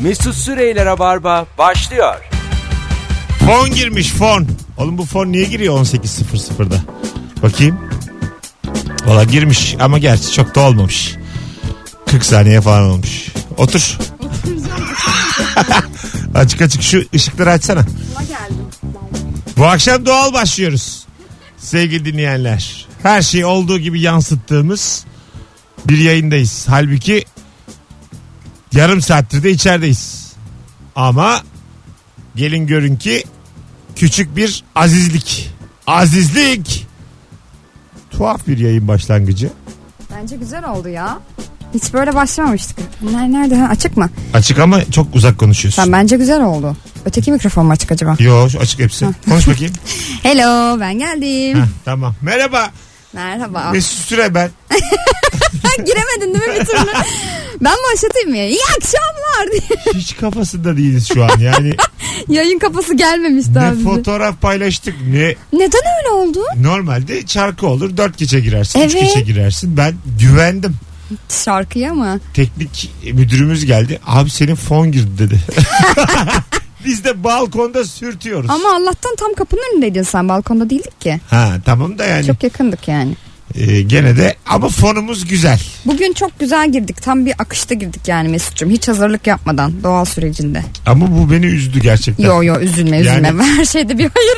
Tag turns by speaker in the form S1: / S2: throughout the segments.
S1: Mesut Süreyle Rabarba başlıyor.
S2: Fon girmiş fon. Oğlum bu fon niye giriyor 18.00'da? Bakayım. Valla girmiş ama gerçi çok da olmamış. 40 saniye falan olmuş. Otur. açık açık şu ışıkları açsana. Bu akşam doğal başlıyoruz. Sevgili dinleyenler. Her şeyi olduğu gibi yansıttığımız bir yayındayız. Halbuki yarım saattir de içerideyiz. Ama gelin görün ki küçük bir azizlik. Azizlik. Tuhaf bir yayın başlangıcı.
S3: Bence güzel oldu ya. Hiç böyle başlamamıştık. Bunlar nerede? Ha, açık mı?
S2: Açık ama çok uzak konuşuyorsun.
S3: Sen bence güzel oldu. Öteki mikrofon mu açık acaba?
S2: Yo şu açık hepsi. Konuş bakayım.
S3: Hello ben geldim.
S2: Heh, tamam. Merhaba.
S3: Merhaba.
S2: Mesut Süre ben. şey-
S3: Giremedin değil mi bir türlü? ben başlatayım mı? ya? İyi akşamlar diye.
S2: Hiç kafasında değiliz şu an. Yani
S3: Yayın kafası gelmemiş daha
S2: ne
S3: bize.
S2: fotoğraf paylaştık ne
S3: Neden öyle oldu?
S2: normalde çarkı olur. Dört gece girersin. Üç
S3: Evet.
S2: gece girersin. Ben güvendim.
S3: Şarkıya mı?
S2: Teknik müdürümüz geldi. Abi senin fon girdi dedi. Biz de balkonda sürtüyoruz.
S3: Ama Allah'tan tam kapının önündeydin sen. Balkonda değildik ki.
S2: Ha tamam da yani
S3: Çok yakındık yani.
S2: e, gene de ama fonumuz güzel.
S3: Bugün çok güzel girdik. Tam bir akışta girdik yani Mesut'cum. Hiç hazırlık yapmadan doğal sürecinde.
S2: Ama bu beni üzdü gerçekten.
S3: Yo yo üzülme üzülme.
S2: Yani-
S3: Her şeyde bir hayır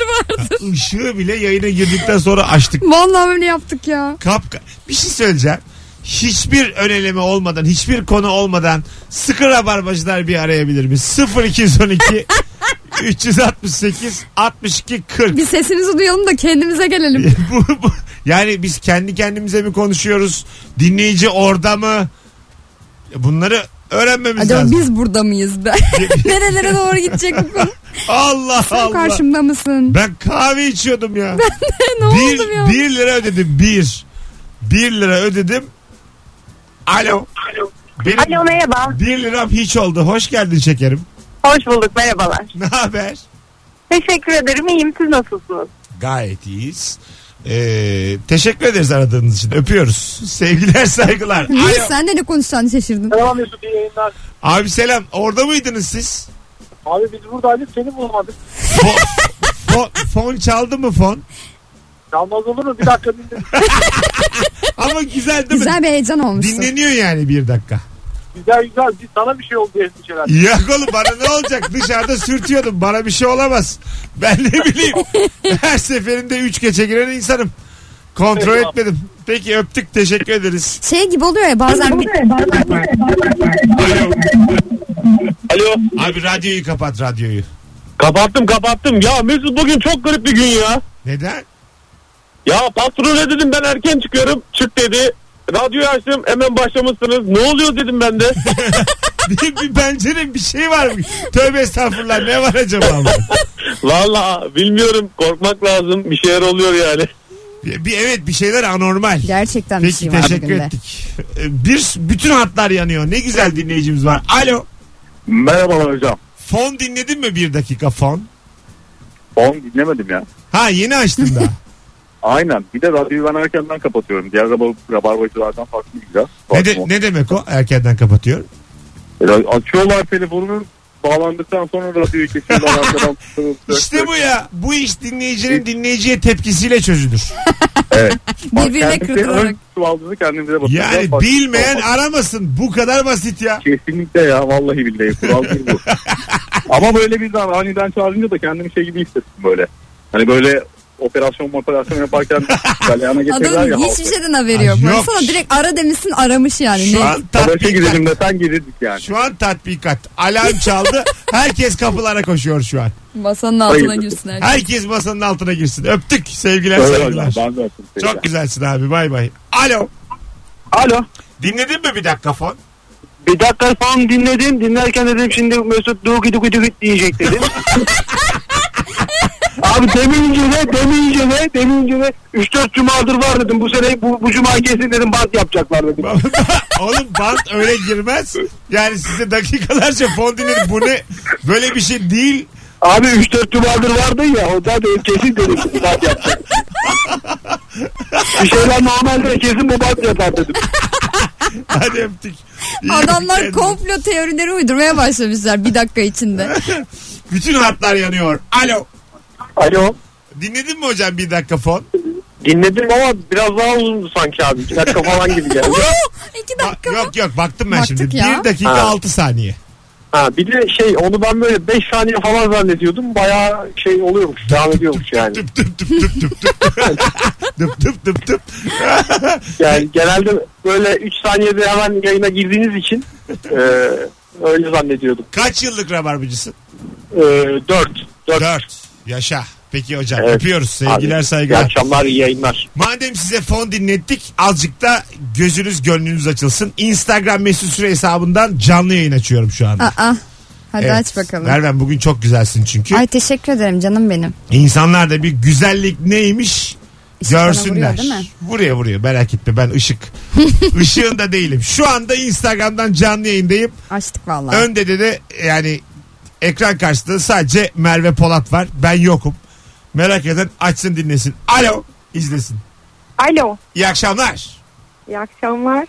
S3: var.
S2: Işığı bile yayına girdikten sonra açtık.
S3: Vallahi öyle yaptık ya.
S2: Kapka. Bir şey söyleyeceğim. Hiçbir öneleme olmadan, hiçbir konu olmadan sıkı rabarbacılar bir arayabilir mi? 0212 368 62 40.
S3: Bir sesimizi duyalım da kendimize gelelim.
S2: bu, bu- yani biz kendi kendimize mi konuşuyoruz? Dinleyici orada mı? Bunları öğrenmemiz
S3: Acaba
S2: lazım.
S3: biz burada mıyız be? Nerelere doğru gidecek bu konu?
S2: Allah
S3: Sen
S2: Allah.
S3: karşımda mısın?
S2: Ben kahve içiyordum ya.
S3: ne
S2: bir,
S3: oldum ya?
S2: bir lira ödedim. Bir. Bir lira ödedim. Alo. Benim
S4: Alo merhaba.
S2: Bir liram hiç oldu. Hoş geldin şekerim.
S4: Hoş bulduk merhabalar.
S2: Ne haber?
S4: Teşekkür ederim iyiyim siz nasılsınız?
S2: Gayet iyiyiz. Ee, teşekkür ederiz aradığınız için. Öpüyoruz. Sevgiler saygılar.
S3: Niye
S2: Alo.
S3: sen de ne konuşacağını şaşırdın?
S5: Merhaba Mesut iyi yayınlar.
S2: Abi selam. Orada mıydınız siz?
S5: Abi biz buradaydık seni bulamadık.
S2: Fon, fon, fon çaldı mı fon?
S5: Yalnız olur mu? Bir dakika dinle.
S2: Ama güzel değil mi?
S3: Güzel bir heyecan olmuşsun.
S2: Dinleniyor yani bir dakika.
S5: Güzel güzel. Biz sana bir şey oldu diye endişeler.
S2: Ya oğlum bana ne olacak? Dışarıda sürtüyordum. Bana bir şey olamaz. Ben ne bileyim. Her seferinde üç gece giren insanım. Kontrol
S5: Eyvallah.
S2: etmedim. Peki öptük. Teşekkür ederiz.
S3: Şey gibi oluyor ya bazen bir...
S6: Alo.
S2: Abi radyoyu kapat radyoyu.
S6: Kapattım kapattım. Ya Mesut bugün çok garip bir gün ya.
S2: Neden?
S6: Ya patrona dedim ben erken çıkıyorum. Çık dedi. Radyoyu açtım hemen başlamışsınız. Ne oluyor dedim ben de.
S2: bir, bir pencere bir şey var mı? Tövbe estağfurullah ne var acaba? bu?
S6: Valla bilmiyorum korkmak lazım. Bir şeyler oluyor yani.
S2: Bir, bir- evet bir şeyler anormal.
S3: Gerçekten bir
S2: Peki
S3: şey var
S2: teşekkür
S3: bugün de.
S2: ettik. Ee, Bir bütün hatlar yanıyor. Ne güzel dinleyicimiz var. Alo.
S7: Merhabalar hocam.
S2: Fon dinledin mi bir dakika fon?
S7: On dinlemedim ya.
S2: Ha yeni açtın daha.
S7: Aynen. Bir de radyoyu ben erkenden kapatıyorum. Diğer rabar, rabarbacılardan farklı biraz.
S2: ne, de- ne demek o? Erkenden kapatıyor.
S7: Ra- Açıyorlar telefonunu bağlandıktan sonra radyoyu kesiyorlar arkadan. tutuyorlar.
S2: İşte bu ya. Bu iş dinleyicinin
S7: E-
S2: dinleyiciye tepkisiyle çözülür.
S7: Evet.
S3: Birbirine
S7: Kendimize
S3: kırdılarak.
S7: ön çuvaldızı kendimize batıracağız.
S2: Yani
S7: Bak-
S2: bilmeyen
S7: Bak-
S2: aramasın. Bu kadar basit ya.
S7: Kesinlikle ya vallahi billahi kuraldır bu. Ama böyle birden aniden çağırınca da kendimi şey gibi hissettim böyle. Hani böyle operasyon operasyon yaparken galyana getirirler ya.
S3: Adamın hiçbir şey- şeyden haberi yok.
S2: Ay, yok.
S3: Baksana direkt ara demişsin aramış yani.
S2: Şu
S3: Ne?
S2: an
S7: Savaşa
S2: tatbikat.
S7: gidelim desen girirdik yani.
S2: Şu an tatbikat. Alarm çaldı. Herkes kapılara koşuyor şu an.
S3: Masanın altına
S7: Hayır.
S3: girsin herkes.
S2: Herkes masanın altına girsin. Öptük. Sevgiler
S7: Öyle
S2: saygılar.
S7: hocam, ben de öptüm seni.
S2: Çok güzelsin abi. Bay bay. Alo.
S6: Alo.
S2: Dinledin mi bir dakika fon?
S6: Bir dakika falan dinledim. Dinlerken dedim şimdi Mesut du gidi gidi git diyecek dedim. Abi demince de demince de demince de 3-4 cumadır var dedim. Bu sene bu, bu cuma kesin dedim bant yapacaklar dedim.
S2: Oğlum bant öyle girmez. Yani size dakikalarca fon dinledim. Bu ne? Böyle bir şey değil.
S6: Abi 3-4 cumadır vardı ya o da dedim kesin dedim bu bant yapacak. bir şeyler normalde kesin bu bant yapar dedim.
S2: Hadi öptük. İyi bak
S3: Adamlar
S2: kendine.
S3: komplo teorileri uydurmaya başlamışlar bir dakika içinde.
S2: Bütün hatlar yanıyor. Alo.
S6: Alo.
S2: Dinledin mi hocam bir dakika fon?
S6: Dinledim ama biraz daha uzundu sanki abi. İki dakika falan gibi geldi.
S3: İki
S2: Ba-
S3: dakika mı?
S2: yok yok baktım ben
S3: Baktık
S2: şimdi.
S3: ya.
S2: 1 dakika
S6: Ha.
S2: 6 saniye.
S6: Ha, bir de şey onu ben böyle 5 saniye falan zannediyordum. Bayağı şey oluyormuş. Devam ediyormuş yani.
S2: Tüp tüp tüp tüp tüp tüp. Tıp tıp tıp tıp.
S6: Yani genelde böyle 3 saniyede hemen yayına girdiğiniz için e, öyle zannediyordum.
S2: Kaç yıllık rabarbacısın?
S6: E, 4. 4.
S2: 4. Yaşa. Peki hocam
S6: Evet.
S2: öpüyoruz. Sevgiler
S6: İyi
S2: saygılar.
S6: akşamlar iyi yayınlar.
S2: Madem size fon dinlettik azıcık da gözünüz gönlünüz açılsın. Instagram mesut süre hesabından canlı yayın açıyorum şu anda.
S3: Aa, hadi
S2: Evet.
S3: aç bakalım.
S2: Mervem bugün çok güzelsin çünkü.
S3: Ay teşekkür ederim canım benim.
S2: İnsanlar da bir güzellik neymiş
S3: İşte bana
S2: görsünler.
S3: vuruyor, değil mi?
S2: Vuruyor vuruyor merak etme ben ışık. Işığında değilim. Şu anda Instagram'dan canlı yayındayım.
S3: Açtık vallahi.
S2: Önde de de yani ekran karşısında sadece Merve Polat var. Ben yokum. Merak eden açsın dinlesin. Alo izlesin.
S8: Alo.
S2: İyi akşamlar.
S8: İyi akşamlar.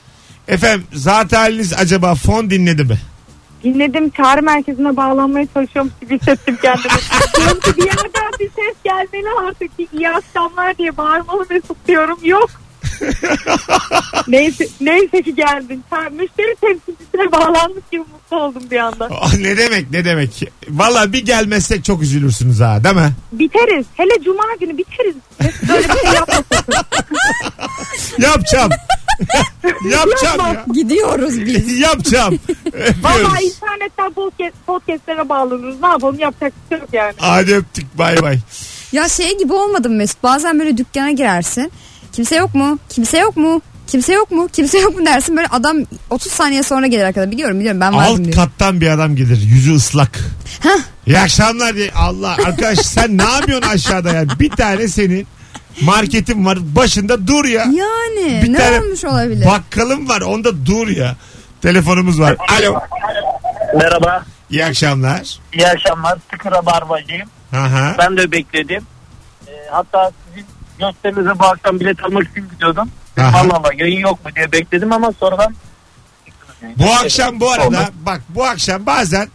S2: Efendim zaten haliniz acaba fon dinledi mi?
S8: Dinledim çağrı merkezine bağlanmaya çalışıyorum gibi hissettim kendimi. Diyorum ki bir yerden bir ses gelmeli artık ki iyi akşamlar diye bağırmalı Mesut diyorum. Yok. neyse, neyse ki geldin. Sen Müşteri temsilcisine bağlandık gibi mutlu oldum bir anda.
S2: Aa, Oh, ne demek ne demek. Valla bir gelmezsek çok üzülürsünüz ha değil mi?
S8: Biteriz. Hele cuma günü biteriz. Mesut Böyle bir şey yapmasın.
S2: Yapacağım. Yapacağım ya.
S3: Gidiyoruz biz.
S2: Yapacağım.
S8: Vallahi
S2: Öpüyoruz.
S8: internetten podcast, podcastlere bağlanırız. Ne yapalım yapacak bir şey yok yani.
S2: Hadi öptük bay bay.
S3: Ya şey gibi olmadım Mesut. Bazen böyle dükkana girersin. Kimse yok mu? Kimse yok mu? Kimse yok mu? Kimse yok mu dersin. Böyle adam 30 saniye sonra gelir arkada. Biliyorum biliyorum ben vardım
S2: Alt
S3: diyor.
S2: kattan bir adam gelir yüzü ıslak. İyi akşamlar diye. Allah arkadaş sen ne yapıyorsun aşağıda ya? Bir tane senin marketin var başında dur ya.
S3: Yani
S2: Bir
S3: ne
S2: tane
S3: olmuş olabilir?
S2: Bakkalım var onda dur ya. Telefonumuz var. Alo.
S5: Merhaba.
S2: İyi akşamlar.
S5: İyi akşamlar. Sıkıra barbacıyım.
S2: Aha.
S5: Ben de bekledim. Ee, hatta sizin gösterinize bu akşam bilet almak için gidiyordum.
S2: Aha.
S5: Allah Allah yayın yok mu diye bekledim ama sonradan
S2: Bu akşam bu arada
S5: Olmaz.
S2: bak bu akşam bazen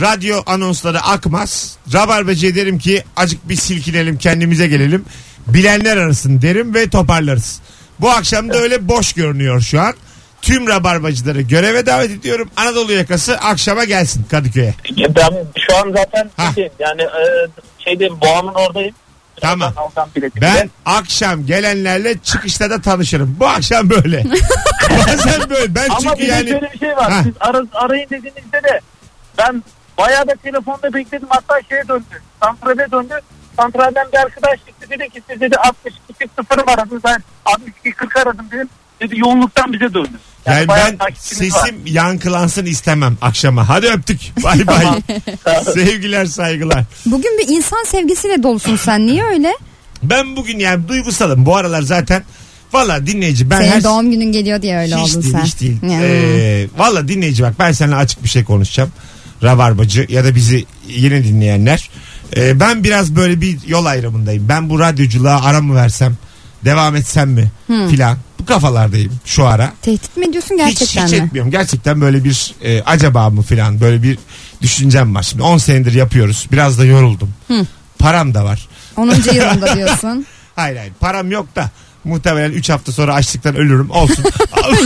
S2: radyo anonsları akmaz. Rabarbacıya derim ki acık bir silkinelim kendimize gelelim. Bilenler arasın derim ve toparlarız. Bu akşam da öyle boş görünüyor şu an. Tüm rabarbacıları göreve davet ediyorum. Anadolu yakası akşama gelsin Kadıköy'e.
S5: ben şu an zaten
S2: Ha.
S5: şeyim, yani e, şeyde Boğa'nın oradayım. Birazdan
S2: Tamam.
S5: alacağım biletimi de.
S2: Ben akşam gelenlerle çıkışta da tanışırım. Bu akşam böyle. Bazen böyle. Ben
S5: Ama
S2: çünkü
S5: bir de
S2: yani
S5: şöyle bir şey var.
S2: Ha.
S5: Siz ara, arayın dediğinizde de ben bayağı da telefonda bekledim. Hatta şeye döndü. Santral'e döndü. Santral'den bir arkadaş çıktı. Dedi ki siz dedi 62 0 aradım. Ben 62 40 aradım dedim. Dedi yoğunluktan bize döndü.
S2: yani
S5: bayağı
S2: ben
S5: takipçiniz var.
S2: sesim yankılansın istemem akşama. Hadi öptük. Bay bay. Sevgiler saygılar.
S3: Bugün bir insan sevgisiyle dolusun sen. Niye öyle?
S2: Ben bugün yani duygusalım. Bu aralar zaten valla dinleyici ben
S3: Senin
S2: her şey-
S3: doğum günün geliyor diye öyle
S2: hiç
S3: oldun
S2: değil,
S3: sen.
S2: Hiç değil.
S3: Ya.
S2: Ee, valla dinleyici bak ben seninle açık bir şey konuşacağım. Rabarbacı ya da bizi yeni dinleyenler. Ee, ben biraz böyle bir yol ayrımındayım. Ben bu radyoculuğa ara mı versem devam etsem mi
S3: Hmm.
S2: filan. Bu kafalardayım şu ara.
S3: Tehdit mi ediyorsun
S2: Hiç,
S3: gerçekten
S2: hiç
S3: mi?
S2: etmiyorum. Gerçekten böyle bir e, acaba mı filan böyle bir düşüncem var. Şimdi 10 senedir yapıyoruz. Biraz da yoruldum. Param da var.
S3: 10. yılında diyorsun.
S2: Hayır hayır param yok da muhtemelen 3 hafta sonra açlıktan ölürüm olsun.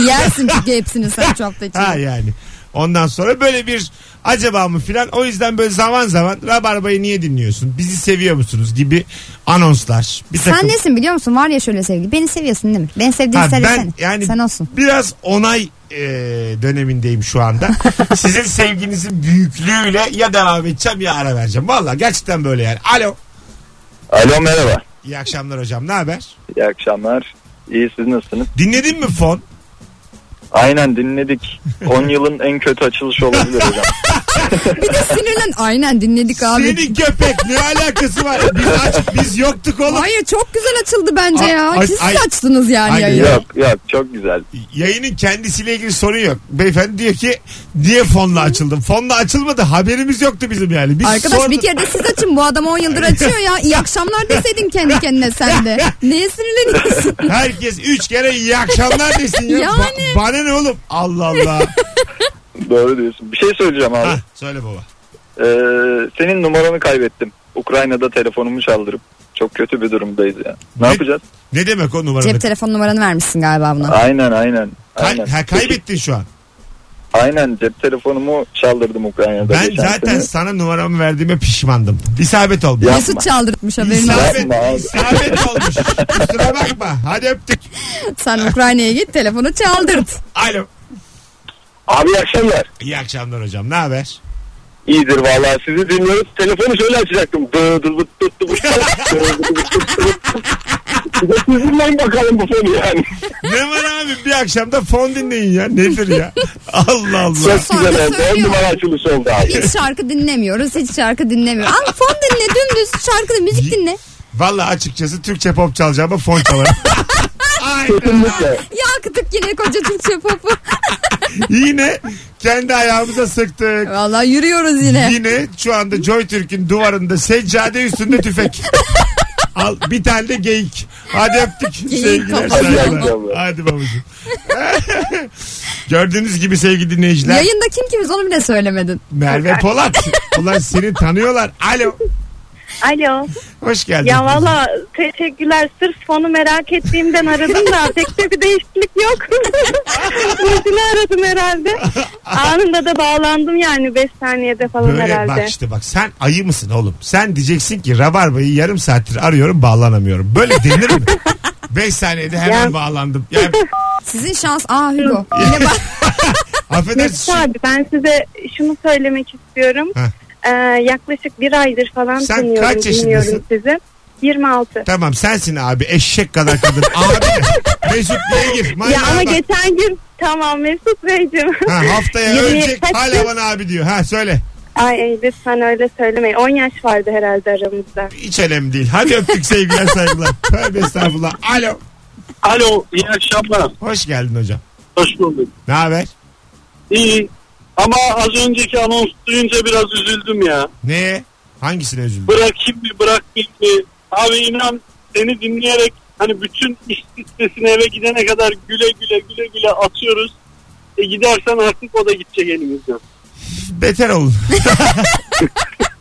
S3: Yersin çünkü hepsini sen çok hafta içinde.
S2: ha yani. Ondan sonra böyle bir acaba mı filan o yüzden böyle zaman zaman Rabarba'yı niye dinliyorsun? Bizi seviyor musunuz gibi anonslar. Bir
S3: Sen
S2: takım-
S3: nesin biliyor musun? Var ya şöyle sevgi. Beni seviyorsun değil mi? Beni sevdiğini
S2: Ha,
S3: söyle
S2: ben
S3: sen.
S2: yani
S3: Sen olsun.
S2: biraz onay e, dönemindeyim şu anda. Sizin sevginizin büyüklüğüyle ya devam edeceğim ya ara vereceğim. Valla gerçekten böyle yani. Alo.
S9: Alo merhaba.
S2: İyi akşamlar hocam. Ne haber?
S9: İyi akşamlar. İyi siz nasılsınız?
S2: Dinledin mi fon?
S9: Aynen dinledik. 10 yılın en kötü açılışı olabilir hocam.
S3: bir de sinirlen aynen dinledik abi.
S2: Senin köpek ne alakası var? Biz, aç, biz yoktuk oğlum.
S3: Hayır çok güzel açıldı bence
S2: Ay-
S3: ya.
S2: ay-
S3: Siz
S2: ay-
S3: saçtınız yani
S2: Ay-
S3: yayını.
S10: Yok yok çok güzel.
S2: Yayının kendisiyle ilgili sorun yok. Beyefendi diyor ki niye fonla açıldım? Fonla açılmadı haberimiz yoktu bizim yani. Biz
S3: Arkadaş
S2: sorduk.
S3: bir kere de siz açın bu adam 10 yıldır açıyor ya. İyi akşamlar deseydin kendi kendine sen de. Neye sinirleniyorsun?
S2: Herkes üç kere iyi akşamlar desin ya. Ba-
S3: Yani.
S2: bana ne oğlum? Allah Allah.
S10: Doğru diyorsun. Bir şey söyleyeceğim abi.
S2: Hah, söyle baba.
S10: Ee, senin numaranı kaybettim. Ukrayna'da telefonumu çaldırıp. Çok kötü bir durumdayız ya. Ne
S2: Ne-
S10: yapacağız?
S2: Ne demek o numaranı?
S3: Cep telefon numaranı vermişsin galiba buna.
S10: Aynen aynen.
S2: Kay-
S10: aynen.
S2: ha, kaybettin şu an.
S10: Aynen cep telefonumu çaldırdım Ukrayna'da.
S2: Ben
S10: geçen
S2: zaten
S10: sene.
S2: sana numaramı verdiğime pişmandım. İsabet oldu.
S10: Ya-
S3: Mesut çaldırtmış haberin olsun.
S2: İsabet,
S10: Yapma abi.
S2: isabet olmuş. Kusura bakma. Hadi öptük.
S3: Sen Ukrayna'ya git telefonu çaldırt.
S2: Alo.
S6: Abi iyi akşamlar.
S2: İyi akşamlar hocam. Ne haber?
S6: İyidir vallahi sizi dinliyoruz. Telefonu şöyle açacaktım. Dı dı dı dı dı dı. Dı dı dı dı dı. Bir de siz dinleyin bakalım bu fonu yani.
S2: Ne var abi bir akşamda fon dinleyin ya. Nedir ya? Allah Allah.
S3: Sonra söylüyor.
S6: açılışı oldu abi.
S3: Hiç şarkı dinlemiyoruz. Hiç şarkı dinlemiyoruz. Ama fon dinle dümdüz şarkı dinle, müzik dinle.
S2: Valla açıkçası Türkçe pop çalacağım ama fon çalarım. Ay,
S10: Kesinlikle.
S3: Yaktık yine koca Türkçe popu.
S2: yine kendi ayağımıza sıktık.
S3: Vallahi yürüyoruz yine.
S2: Yine şu anda Joy Türk'ün duvarında seccade üstünde tüfek. Al bir tane de geyik. Hadi öptük
S3: Geyik
S2: sevgiler.
S3: kafası.
S2: saygılar.
S10: Hadi abla.
S2: Hadi babacığım. Gördüğünüz gibi sevgili dinleyiciler.
S3: Yayında kim kimiz onu bile söylemedin.
S2: Merve Polat. Ulan seni tanıyorlar. Alo.
S8: Alo.
S2: Hoş geldin.
S8: Ya valla teşekkürler. Sırf fonu merak ettiğimden aradım da pek de bir değişiklik yok. Burcu'nu aradım herhalde. Anında da bağlandım yani 5 saniyede falan
S2: Böyle
S8: herhalde.
S2: bak işte bak sen ayı mısın oğlum? Sen diyeceksin ki Rabarba'yı yarım saattir arıyorum bağlanamıyorum. Böyle denir mi? 5 saniyede hemen
S8: Ya.
S2: bağlandım. Yani,
S3: Sizin şans. Aa Hugo.
S2: affedersin.
S8: Mesut
S2: şu-
S8: abi ben size şunu söylemek istiyorum.
S2: Heh.
S8: Ee, yaklaşık bir aydır falan
S2: Sen
S8: dinliyorum,
S2: kaç yaşındasın?
S8: dinliyorum sizi. 26.
S2: Tamam sensin abi eşek kadar kadın. abi Mesut Bey'e gir.
S8: ya
S2: manyağa
S8: ama
S2: bak.
S8: geçen gün tamam Mesut Beyciğim.
S2: Ha, haftaya
S8: Yirmi-
S2: ölecek
S8: kaç
S2: hala
S8: yaş-
S2: bana abi diyor. Ha söyle.
S8: Ay lütfen öyle söylemeyin. 10 yaş vardı herhalde aramızda.
S2: Hiç önemli değil. Hadi öptük sevgiler saygılar. Tövbe estağfurullah. Alo.
S6: Alo iyi akşamlar.
S2: Hoş geldin hocam.
S6: Hoş bulduk.
S2: Ne haber?
S6: İyi. Ama az önceki anons duyunca biraz üzüldüm ya.
S2: Ne? Hangisine üzüldün?
S6: Bırakayım mı bırakmayayım mı? Abi inan seni dinleyerek hani bütün iş listesini eve gidene kadar güle güle güle güle atıyoruz. E gidersen artık o da gidecek elimizden.
S2: beter olun.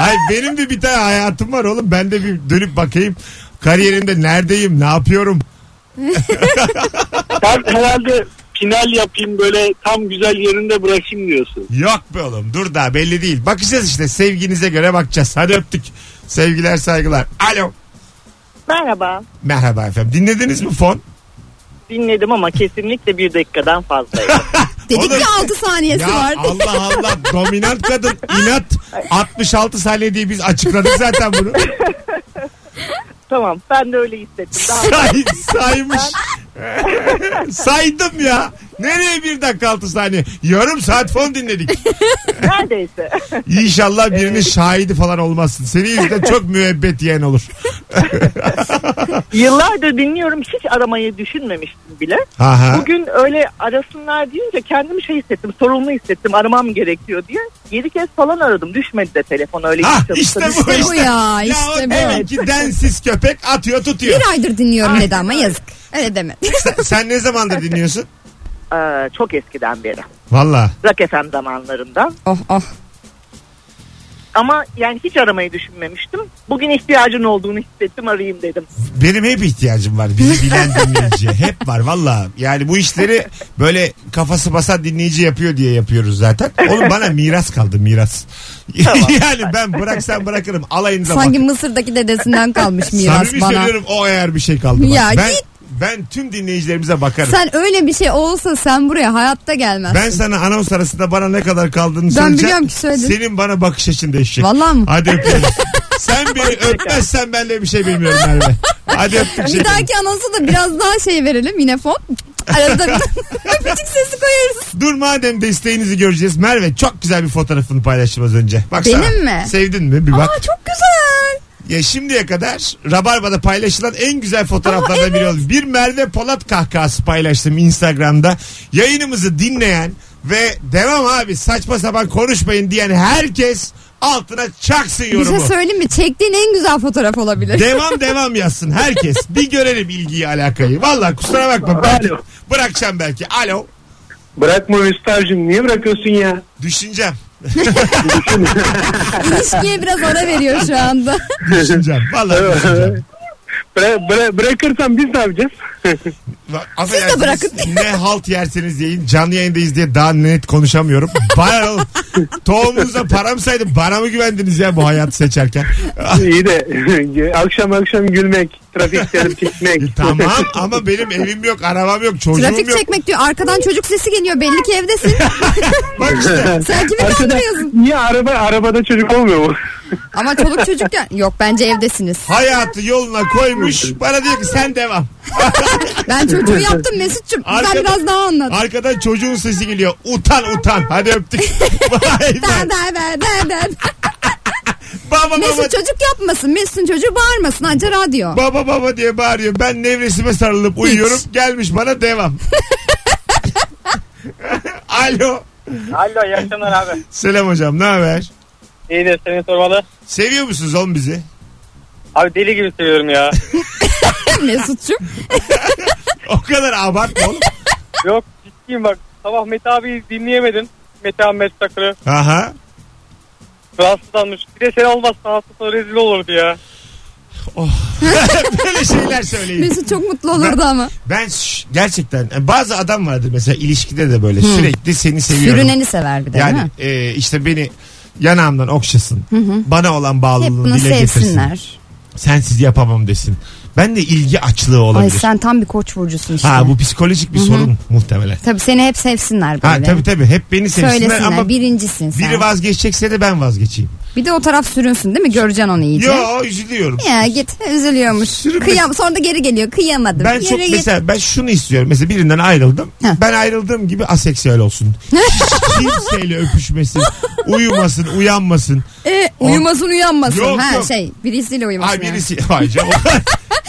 S2: Ay benim de bir tane hayatım var oğlum. Ben de bir dönüp bakayım. Kariyerimde neredeyim, ne yapıyorum?
S6: Sen herhalde final yapayım böyle tam güzel yerinde bırakayım diyorsun.
S2: Yok be oğlum. Dur daha belli değil. Bakacağız işte sevginize göre bakacağız. Hadi öptük. Sevgiler, saygılar. Alo.
S5: Merhaba.
S2: Merhaba efendim. Dinlediniz mi fon?
S5: Dinledim ama kesinlikle bir dakikadan fazlaydı.
S3: Dedik
S2: Oğlum-
S3: ki 6 saniyesi
S2: Ya
S3: var.
S2: Allah Allah dominant kadın inat 66 saniye diye biz açıkladık zaten bunu.
S5: tamam ben de öyle hissettim. Daha
S2: Say, saymış. Saydım ya. Nereye bir dakika altı saniye? Yarım saat fon dinledik.
S5: neredeyse.
S2: İnşallah birinin şahidi falan olmazsın. Senin yüzünden çok müebbet yiyen olur.
S5: Yıllardır dinliyorum hiç aramayı düşünmemiştim bile.
S2: Aha.
S5: Bugün öyle arasınlar deyince kendimi şey hissettim sorumlu hissettim aramam gerekiyor diye. Yedi kez falan aradım düşmedi de telefon öyle
S2: Ha,
S5: çalıştı.
S2: işte bu
S3: İşte bu
S2: işte. Ya
S3: ya, işte
S2: o
S3: bu.
S2: demek ki densiz köpek atıyor tutuyor.
S3: Bir aydır dinliyorum dedi ama yazık. Öyle deme.
S2: Sen, sen ne zamandır dinliyorsun?
S5: Ee, çok eskiden beri.
S2: Valla.
S5: Rock FM zamanlarından.
S3: oh oh.
S5: Ama yani hiç aramayı düşünmemiştim. Bugün ihtiyacın olduğunu hissettim arayayım dedim.
S2: Benim hep ihtiyacım var bizi bilen dinleyiciye. Hep var valla. Yani bu işleri böyle kafası basan dinleyici yapıyor diye yapıyoruz zaten. Oğlum bana miras kaldı miras. yani ben bıraksam bırakırım alayınıza
S3: Sanki
S2: bakın.
S3: Mısır'daki dedesinden kalmış miras
S2: Samimi
S3: bana.
S2: söylüyorum o eğer bir şey kaldı. bak.
S3: Ya
S2: ben,
S3: git.
S2: ben tüm dinleyicilerimize bakarım.
S3: Sen öyle bir şey olsa sen buraya hayatta gelmezsin.
S2: Ben sana anons arasında bana ne kadar kaldığını
S3: Ben
S2: söyleyeceğim.
S3: biliyorum ki söyledin.
S2: Senin bana bakış açın değişecek.
S3: Vallahi mi?
S2: Hadi öpüyoruz. Sen beni öpmezsen ben de bir şey bilmiyorum Merve. Hadi öptük.
S3: Bir
S2: şekerim.
S3: dahaki anonsu da biraz daha şey verelim yine fon. Arada öpücük sesi koyarız.
S2: Dur madem desteğinizi göreceğiz. Merve çok güzel bir fotoğrafını paylaştım az önce. Baksana.
S3: Benim mi?
S2: Sevdin mi? Bir bak.
S3: Aa çok güzel.
S2: Ya şimdiye kadar Rabarba'da paylaşılan en güzel fotoğraflardan
S3: Aa, evet.
S2: biri oldu. Bir Merve Polat kahkahası paylaştım Instagram'da. Yayınımızı dinleyen ve devam abi saçma sapan konuşmayın diyen herkes altına çaksın
S3: Bir şey
S2: yorumu.
S3: söyleyeyim mi? Çektiğin en güzel fotoğraf olabilir.
S2: Devam devam yazsın herkes. Bir görelim ilgiyi alakayı. Valla kusura bakma. Belki,
S11: Alo.
S2: bırakacağım belki. Alo.
S11: Bırakma Mesut'cum niye bırakıyorsun ya?
S2: Düşüneceğim.
S3: İlişkiye biraz ara veriyor şu anda.
S2: Düşüneceğim. Valla düşüneceğim.
S11: Bıra- bıra- bırakırsan biz ne yapacağız?
S2: Va- affedersiniz,
S3: bırakın.
S2: Ne halt yerseniz yiyin. Canlı yayındayız diye daha net konuşamıyorum. Bana tohumunuza param saydı. Bana mı güvendiniz ya bu hayatı seçerken?
S11: İyi de akşam akşam gülmek, trafik yanıp çekmek.
S2: E, tamam ama benim evim yok, arabam yok, çocuğum
S3: Trafik
S2: yok.
S3: çekmek diyor. Arkadan çocuk sesi geliyor. Belli ki evdesin.
S2: Bak işte.
S3: Sen kimi
S11: Arkada-
S3: kandırıyorsun?
S11: Niye araba arabada çocuk olmuyor mu?
S3: Ama çoluk çocuk ya. Yok bence evdesiniz.
S2: Hayatı yoluna koymuş. Bana diyor ki sen devam.
S3: Ben çocuğu yaptım Mesut'cum. Sen
S2: Arkada-
S3: biraz daha anlat.
S2: Arkadan çocuğun sesi geliyor. Utan utan. Hadi öptük. Vay
S3: Der
S2: be.
S3: der der der der.
S2: Baba baba.
S3: Mesut çocuk yapmasın. Mesut'un çocuğu bağırmasın. Anca radyo.
S2: Baba baba diye bağırıyor. Ben nevresime sarılıp uyuyorum. Gelmiş bana devam. Alo.
S5: Alo iyi akşamlar abi.
S2: Selam hocam ne haber?
S5: İyidir seni sormalı.
S2: Seviyor musunuz oğlum bizi?
S5: Abi deli gibi seviyorum ya.
S3: Mesut'cum.
S2: O kadar abartma oğlum.
S5: Yok ciddiyim bak. Sabah Mete abi dinleyemedim. Mete Ahmet Takır'ı
S2: Aha.
S5: rahatsızlanmış. Bir de sen olmazsa rahatsızlanır rezil olurdu ya.
S2: Böyle şeyler söyleyin.
S3: Mesut çok mutlu olurdu ama.
S2: Ben şş, gerçekten yani bazı adam vardır mesela ilişkide de böyle sürekli seni seviyorum.
S3: Sürüneni sever bir de değil
S2: yani
S3: mi?
S2: e, işte beni yanağımdan okşasın. Bana olan
S3: Hep
S2: bağlılığını
S3: bunu
S2: dile getirsin.
S3: sevsinler.
S2: Sensiz yapamam desin. Ben de ilgi açlığı
S3: Ay
S2: olabilir.
S3: sen tam bir koç burcusun işte.
S2: Ha bu psikolojik bir sorun muhtemelen.
S3: Tabii seni hep sevsinler böyle.
S2: Ha tabii tabii hep beni sevsinler
S3: Söylesinler
S2: ama
S3: birincisin sen.
S2: biri vazgeçecekse de ben vazgeçeyim.
S3: Bir de o taraf sürünsün değil mi? Göreceksin onu iyice.
S2: Yo üzülüyorum.
S3: Ya git üzülüyormuş.
S2: Sürünmesin.
S3: Kıyam sonra da geri geliyor. Kıyamadım.
S2: Ben
S3: Yürü
S2: çok
S3: git.
S2: mesela ben şunu istiyorum. Mesela birinden ayrıldım.
S3: Heh.
S2: Ben ayrıldığım gibi aseksüel olsun. Kimseyle öpüşmesin, uyumasın, uyanmasın.
S3: E, uyumasın uyanmasın.
S2: Yok,
S3: ha
S2: yok.
S3: şey birisiyle uyumasın.
S2: Ay
S3: yani.
S2: birisi Ay canım.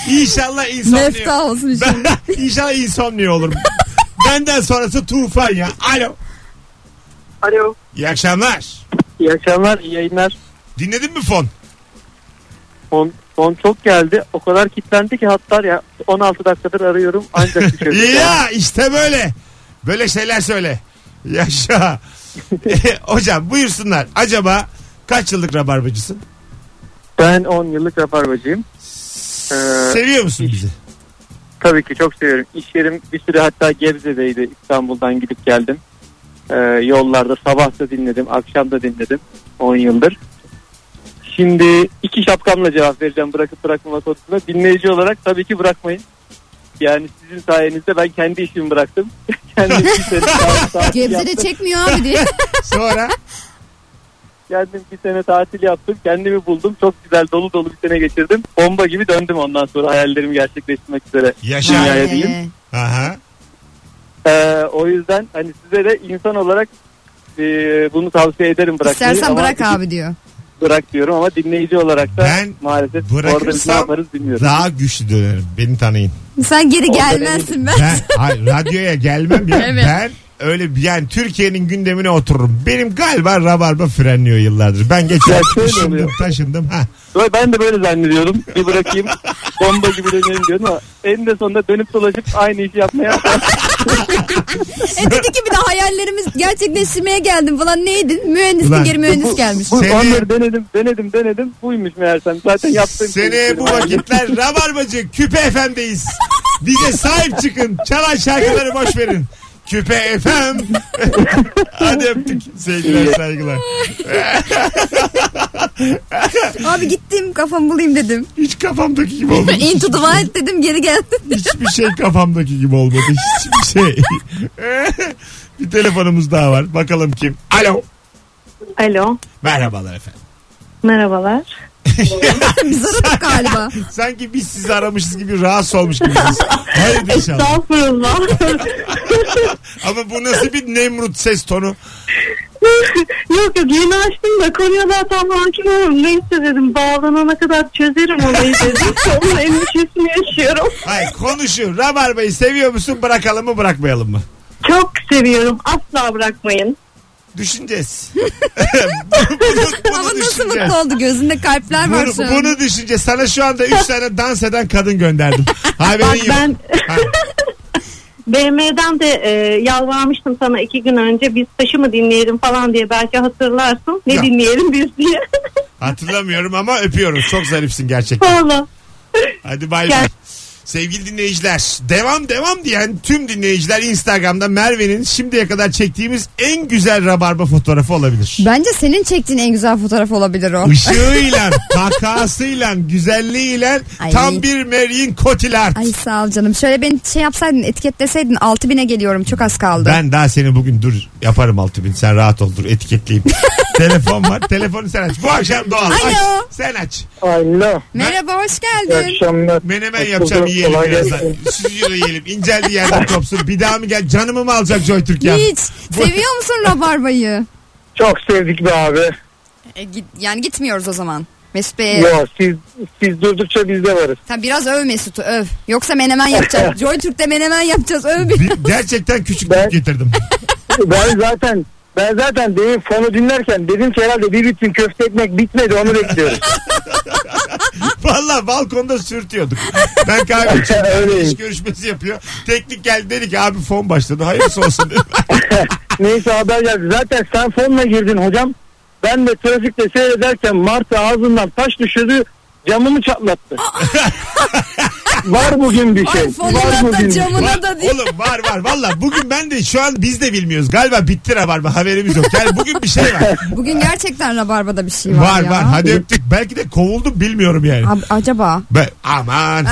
S2: İnşallah insomniye.
S3: Mefta olsun şey. işte.
S2: Ben, inşallah insomniye olurum. Benden sonrası tufan ya. Alo.
S4: Alo.
S2: İyi akşamlar.
S4: İyi akşamlar, iyi yayınlar.
S2: Dinledin mi fon?
S4: Son, son çok geldi. O kadar kilitlendi ki hatta ya 16 dakikadır arıyorum ancak düşüyor.
S2: Ya işte böyle. Böyle şeyler söyle. Yaşa. E, hocam buyursunlar. Acaba kaç yıllık rabarbacısın?
S4: ben 10 yıllık rabarbacıyım. Ee,
S2: Seviyor musun bizi?
S4: tabii ki çok seviyorum. İş yerim bir süre hatta Gebze'deydi. İstanbul'dan gidip geldim. Ee, yollarda sabah da dinledim, akşam da dinledim. 10 yıldır. Şimdi iki şapkamla cevap vereceğim bırakıp bırakmama konusunda. Dinleyici olarak tabii ki bırakmayın. Yani sizin sayenizde ben kendi işimi bıraktım. kendi işimi
S3: Gebze'de çekmiyor abi diye.
S2: Sonra
S4: Geldim bir sene tatil yaptım. Kendimi buldum. Çok güzel dolu dolu bir sene geçirdim. Bomba gibi döndüm ondan sonra hayallerimi gerçekleştirmek üzere.
S2: yaşa.
S4: Vay.
S3: Ee,
S4: diyeyim.
S2: Aha.
S4: Ee, o yüzden hani size de insan olarak e, bunu tavsiye ederim bırakmayı.
S3: İstersen
S4: Ama
S3: bırak abi diyor.
S4: Bırak diyorum ama dinleyici olarak da
S2: Ben
S4: maalesef orada biz ne
S2: bırakırsam
S4: yaparız bilmiyorum.
S2: daha güçlü dönerim. Beni tanıyın.
S3: Sen geri
S4: O
S3: gelmezsin ben.
S2: Ben hayır, radyoya gelmem ya.
S3: Evet.
S2: Ben öyle bir- yani Türkiye'nin gündemine otururum. Benim galiba rabarba frenliyor yıllardır. Ben geçen
S4: Ya şöyle
S2: düşündüm
S4: oluyor.
S2: taşındım. Ha.
S4: Böyle- Ben de böyle zannediyordum. Bir bırakayım bomba gibi dönerim diyordum ama eninde sonunda dönüp dolaşıp aynı işi yapmaya
S3: e dedi ki bir de hayallerimiz gerçekleştirmeye geldim falan neydi? Mühendis
S2: Ulan.
S3: bir geri mühendis gelmiş.
S4: Bu,
S2: Seni-
S4: onları denedim denedim denedim buymuş meğersem zaten yaptığım
S2: Seneye
S4: şey-
S2: bu vakitler rabarbacı Küpe FM'deyiz. Bize sahip çıkın. Çalan şarkıları boş verin. Küpe FM. Hadi öptük. Sevgiler saygılar.
S3: Abi gittim kafamı bulayım dedim.
S2: Hiç kafamdaki gibi olmadı.
S3: Into the wild dedim geri geldim.
S2: Hiçbir şey kafamdaki gibi olmadı. Hiçbir şey. bir telefonumuz daha var. Bakalım kim? Alo.
S8: Alo,
S2: Merhabalar efendim.
S8: merhabalar.
S3: Biz aradık galiba.
S2: Sanki biz sizi aramışız gibi rahatsız olmuş gibisiniz. Hayırdır inşallah.
S8: Estağfurullah.
S2: Ama bu nasıl bir Nemrut ses tonu?
S8: yok yok yeni açtım da konuya daha tam hakim olmuyorum. Neyse dedim bağlanana kadar çözerim olayı dedim. Onun endişesini yaşıyorum.
S2: Hayır konuşun. Rabarbayı seviyor musun? Bırakalım mı bırakmayalım mı?
S8: Çok seviyorum. Asla bırakmayın.
S2: Düşüneceğiz. bunu, bunu
S3: Ama nasıl
S2: düşüneceğiz.
S3: mutlu oldu? Gözünde kalpler var şu
S2: Bunu,
S3: an.
S2: bunu düşünce sana şu anda 3 tane dans eden kadın gönderdim. Haberin
S8: Bak
S2: yok.
S8: ben
S2: Ha,
S8: BM'den de e, yalvarmıştım sana iki gün önce biz taşı mı dinleyelim falan diye belki hatırlarsın. Ne
S2: Ya.
S8: dinleyelim biz diye.
S2: hatırlamıyorum ama öpüyorum. Çok zarifsin gerçekten.
S8: Valla.
S2: Hadi bay bay.
S8: Gel.
S2: Sevgili dinleyiciler devam devam diyen tüm dinleyiciler Instagram'da Merve'nin şimdiye kadar çektiğimiz en güzel rabarba fotoğrafı olabilir.
S3: Bence senin çektiğin en güzel fotoğraf olabilir o.
S2: Işığıyla, kakasıyla, güzelliğiyle
S3: Ay.
S2: tam bir Meryem Kotiler.
S3: Ay sağ ol canım. Şöyle beni şey yapsaydın etiketleseydin 6000'e geliyorum çok az kaldı.
S2: Ben daha seni bugün dur yaparım 6000 sen rahat ol dur etiketleyeyim. Telefon var telefonu sen aç. Bu akşam doğal aç.
S3: Alo.
S2: Sen aç.
S11: Alo.
S3: Merhaba hoş
S11: İyi
S3: geldin.
S11: akşamlar.
S2: Menemen
S11: Hoş
S2: yapacağım
S11: bulduk,
S2: yiyelim
S11: kolay
S2: birazdan.
S11: gelsin.
S2: Stüdyoda yiyelim. İnceldiği yerden kopsun. Bir daha mı gel canımı mı alacak Joy Türkan?
S3: Hiç.
S2: Bu-
S3: Seviyor musun rabarbayı?
S11: Çok sevdik be abi.
S3: E, git, yani gitmiyoruz o zaman. Mesut Bey'e.
S11: Yo siz siz durdukça biz de varız.
S3: Sen biraz öv Mesut'u öv. Yoksa menemen yapacağız. Joy Türk'te menemen yapacağız öv. bir-
S2: Bir- gerçekten küçük
S11: Ben-
S2: ben... getirdim.
S11: Ben zaten ben zaten demin fonu dinlerken dedim ki herhalde bir bütün köfte ekmek bitmedi onu bekliyoruz.
S2: Valla balkonda sürtüyorduk. Ben kahve içiyorum.
S11: Öyleyim.
S2: İş görüşmesi yapıyor. Teknik geldi dedi ki abi fon başladı. Hayırlısı olsun dedi.
S11: Neyse haber geldi. Zaten sen fonla girdin hocam. Ben de trafikte seyrederken Martı ağzından taş düşürdü. Camımı çatlattı. var bugün bir şey.
S3: Ay
S11: var
S3: fonuna da
S11: bugün.
S3: camına
S2: Var,
S3: da değil.
S2: Oğlum var var valla bugün ben de şu an biz de bilmiyoruz. Galiba bitti rabarba haberimiz yok. Yani bugün bir şey var.
S3: Bugün gerçekten rabarbada bir şey var,
S2: var
S3: ya.
S2: var hadi öptük. Belki de kovuldum bilmiyorum yani.
S3: Ab- acaba
S2: Ben, aman.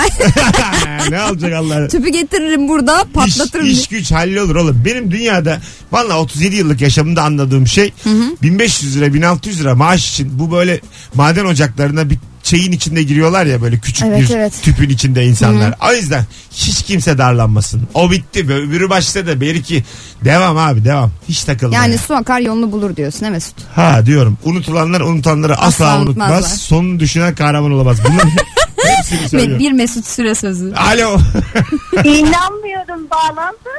S2: ne olacak Allah.
S3: tüpü getiririm burada patlatırım.
S2: İş, iş güç hallolur oğlum. Benim dünyada valla 37 yıllık yaşamımda anladığım şey 1500 lira 1600 lira maaş için bu böyle maden ocaklarına bir şeyin içinde giriyorlar ya böyle küçük
S3: Evet,
S2: bir
S3: evet.
S2: tüpün içinde insanlar. O yüzden hiç kimse darlanmasın. O bitti. böyle Öbürü başladı. Belki devam abi devam. Hiç takılma.
S3: yani
S2: ya.
S3: su akar yolunu bulur diyorsun değil mi Mesut?
S2: Ha diyorum. Unutulanlar unutanları asla,
S3: Asla
S2: unutmaz.
S3: unutmazlar.
S2: Sonunu düşünen kahraman olamaz. Bunların hepsini
S3: Ve
S2: söylüyorum.
S3: bir Mesut süre sözü.
S2: Alo.
S8: İnanmıyorum bağlantı.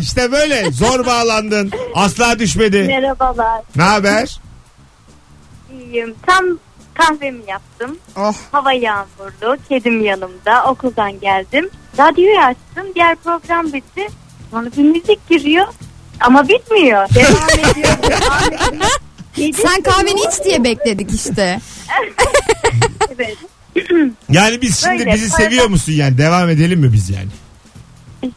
S2: işte böyle. Zor bağlandın. Asla düşmedi.
S8: Merhabalar.
S2: Ne haber?
S8: İyiyim. Tam kahvemi yaptım.
S3: Oh.
S8: Hava yağmurlu. Kedim yanımda. Okuldan geldim. Radyoyu açtım. Diğer program bitti. Sonra bir müzik giriyor. Ama bitmiyor. Devam ediyor. Devam ediyor. Kedim
S3: Sen kahveni iç diye bekledik işte.
S8: Evet.
S2: Yani biz şimdi
S8: Böyle,
S2: bizi
S8: böyle.
S2: seviyor musun yani? Devam edelim mi biz yani?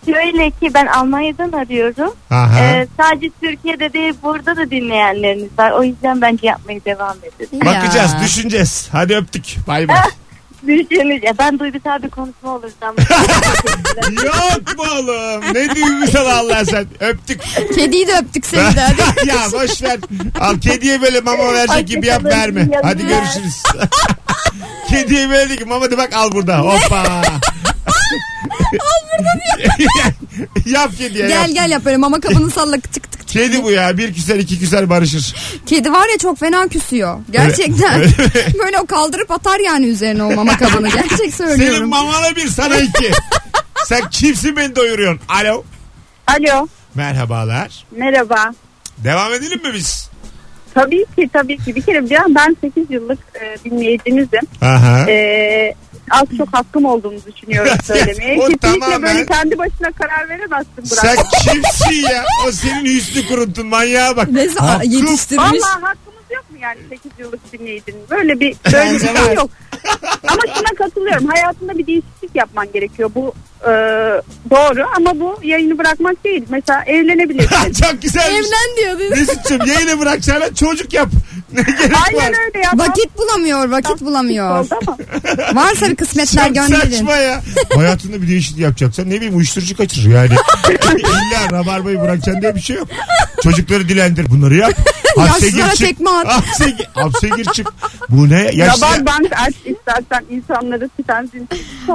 S8: Şöyle ki ben Almanya'dan arıyorum.
S2: Aha.
S8: Ee, sadece Türkiye'de değil burada da dinleyenleriniz var. O yüzden bence yapmaya devam edin.
S2: Bakacağız,
S3: Ya.
S2: düşüneceğiz. Hadi öptük. Bay bay.
S8: Düşünün. Ya Ben duygusal bir konuşma olursam.
S2: Yok mu oğlum? Ne duygusal Allah sen. Öptük.
S3: Kediyi de öptük seni de. Hadi.
S2: ya boş ver. Al kediye böyle mama verecek gibi yap
S8: Hoşçakalın,
S2: verme.
S8: iyi yayınlar.
S2: Hadi görüşürüz. kediye böyle dedi ki mama de bak al burada. Hoppa. al burada yap kediye
S3: Gel
S2: yap.
S3: gel yap böyle mama kabını salla tık tık.
S2: Kedi bu ya. Bir küser iki küser barışır.
S3: Kedi var ya çok fena küsüyor. Gerçekten. böyle o kaldırıp atar yani üzerine o mama kabını. Gerçek
S2: Senin
S3: söylüyorum.
S2: mamana bir sana iki. Sen kimsin beni doyuruyorsun? Alo.
S12: Alo
S2: Merhabalar.
S12: merhaba.
S2: Devam edelim mi biz?
S12: Tabii ki tabii ki. Bir kere bir ben 8 yıllık e, dinleyicinizim.
S2: Aha.
S12: Ee, az çok hakkım olduğunu düşünüyorum söylemeye.
S2: O
S12: Kesinlikle
S2: tamamen-
S12: böyle kendi başına karar veremezsin Burak.
S2: Sen kimsin ya? O senin hüsnü kuruntun manyağa bak.
S3: Neyse
S2: Hakkı-
S3: yetiştirmiş.
S12: Valla hakkımız yok mu yani 8 yıllık dinleyicinin? Böyle bir böyle bir
S2: Bence var.
S12: şey yok. Ama şuna katılıyorum. Hayatında bir değişiklik yapman gerekiyor. Bu e, doğru ama bu yayını bırakmak değil. Mesela evlenebilirsin.
S2: Çok güzelmiş.
S3: Evlen diyor. değil mi?
S2: Mesut'cum yayını bırakacağına çocuk yap. Ne gerek var?
S12: Aynen öyle ya.
S3: Vakit bulamıyor, vakit bulamıyor.
S12: Oldu ama.
S3: Varsa bir kısmetler
S2: Çok
S3: gönderin.
S2: saçma ya. Hayatında bir değişiklik yapacaksan ne bileyim uyuşturucu kaçırır yani. İlla rabarbayı bırakacaksın diye bir şey yok. Çocukları dilendir bunları yap. Hapse gir
S3: Yaşlılara
S2: çık.
S3: tekme at.
S2: Hapse, gi- hapse gir çık. Bu ne? Yaşlı...
S12: Rabarbank aç istersen insanları tütenzin.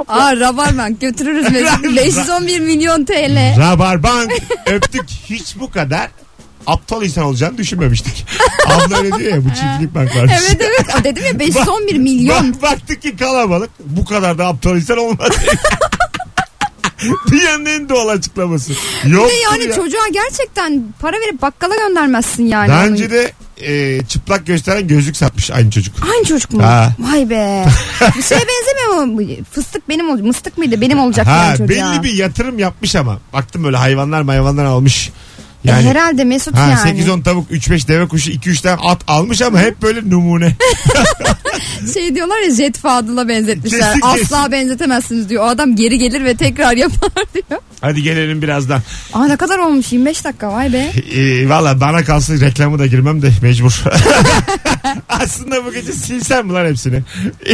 S3: Aa Rabarbank götürürüz mesut. 511 milyon TL.
S2: Rabarbank öptük. Hiç bu kadar aptal insan olacağını düşünmemiştik. Abla öyle diyor ya bu çiftlik bank varmış.
S3: evet evet. Aa, dedim ya 511 milyon.
S2: Bak, baktık ki kalabalık. Bu kadar da aptal insan olmaz. Dünyanın en doğal açıklaması. Yok
S3: Bir de yani
S2: ya.
S3: çocuğa gerçekten para verip bakkala göndermezsin yani.
S2: Daha
S3: onu.
S2: önce de e, çıplak gösteren gözlük satmış aynı çocuk.
S3: Aynı çocuk mu?
S2: Ha.
S3: Vay be. Bir şeye benzemiyor mu? Fıstık benim olacak. Mıstık mıydı? Benim olacak
S2: Ha,
S3: Ah, yani çocuğa. E,
S2: belli bir yatırım yapmış ama. Baktım böyle hayvanlar hayvanlar almış. Yani,
S3: E, herhalde Mesut
S2: ha,
S3: yani.
S2: 8-10 tavuk, 3-5 deve kuşu, 2-3 tane at almış ama hep böyle numune.
S3: Şey diyorlar ya Jet Fadıl'a benzetmişler.
S2: Kesin, kesin.
S3: Asla benzetemezsiniz diyor. O adam geri gelir ve tekrar yapar diyor.
S2: Hadi gelelim birazdan.
S3: Aa ne kadar olmuş 25 dakika vay be.
S2: Ee, Valla bana kalsın reklamı da girmem de mecbur. Aslında bu gece silsem mi lan hepsini?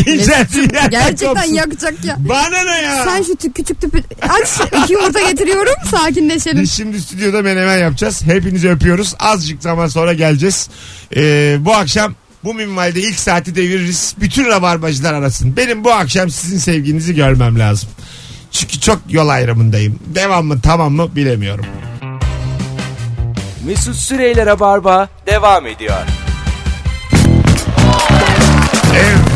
S2: İncelsin
S3: Mesut'cum,
S2: yerden
S3: Gerçekten
S2: kopsun.
S3: yakacak ya.
S2: Bana ne ya?
S3: Sen şu tü- küçük tüpü aç iki yumurta getiriyorum sakinleşelim.
S2: Biz şimdi stüdyoda menemen yapacağız. Hepinizi öpüyoruz. Azıcık zaman sonra geleceğiz. Ee, bu akşam bu minvalde ilk saati deviririz. Bütün rabarbacılar arasın. Benim bu akşam sizin sevginizi görmem lazım. Çünkü çok yol ayrımındayım. Devam mı tamam mı bilemiyorum.
S1: Mesut Süreyler'e barba devam ediyor.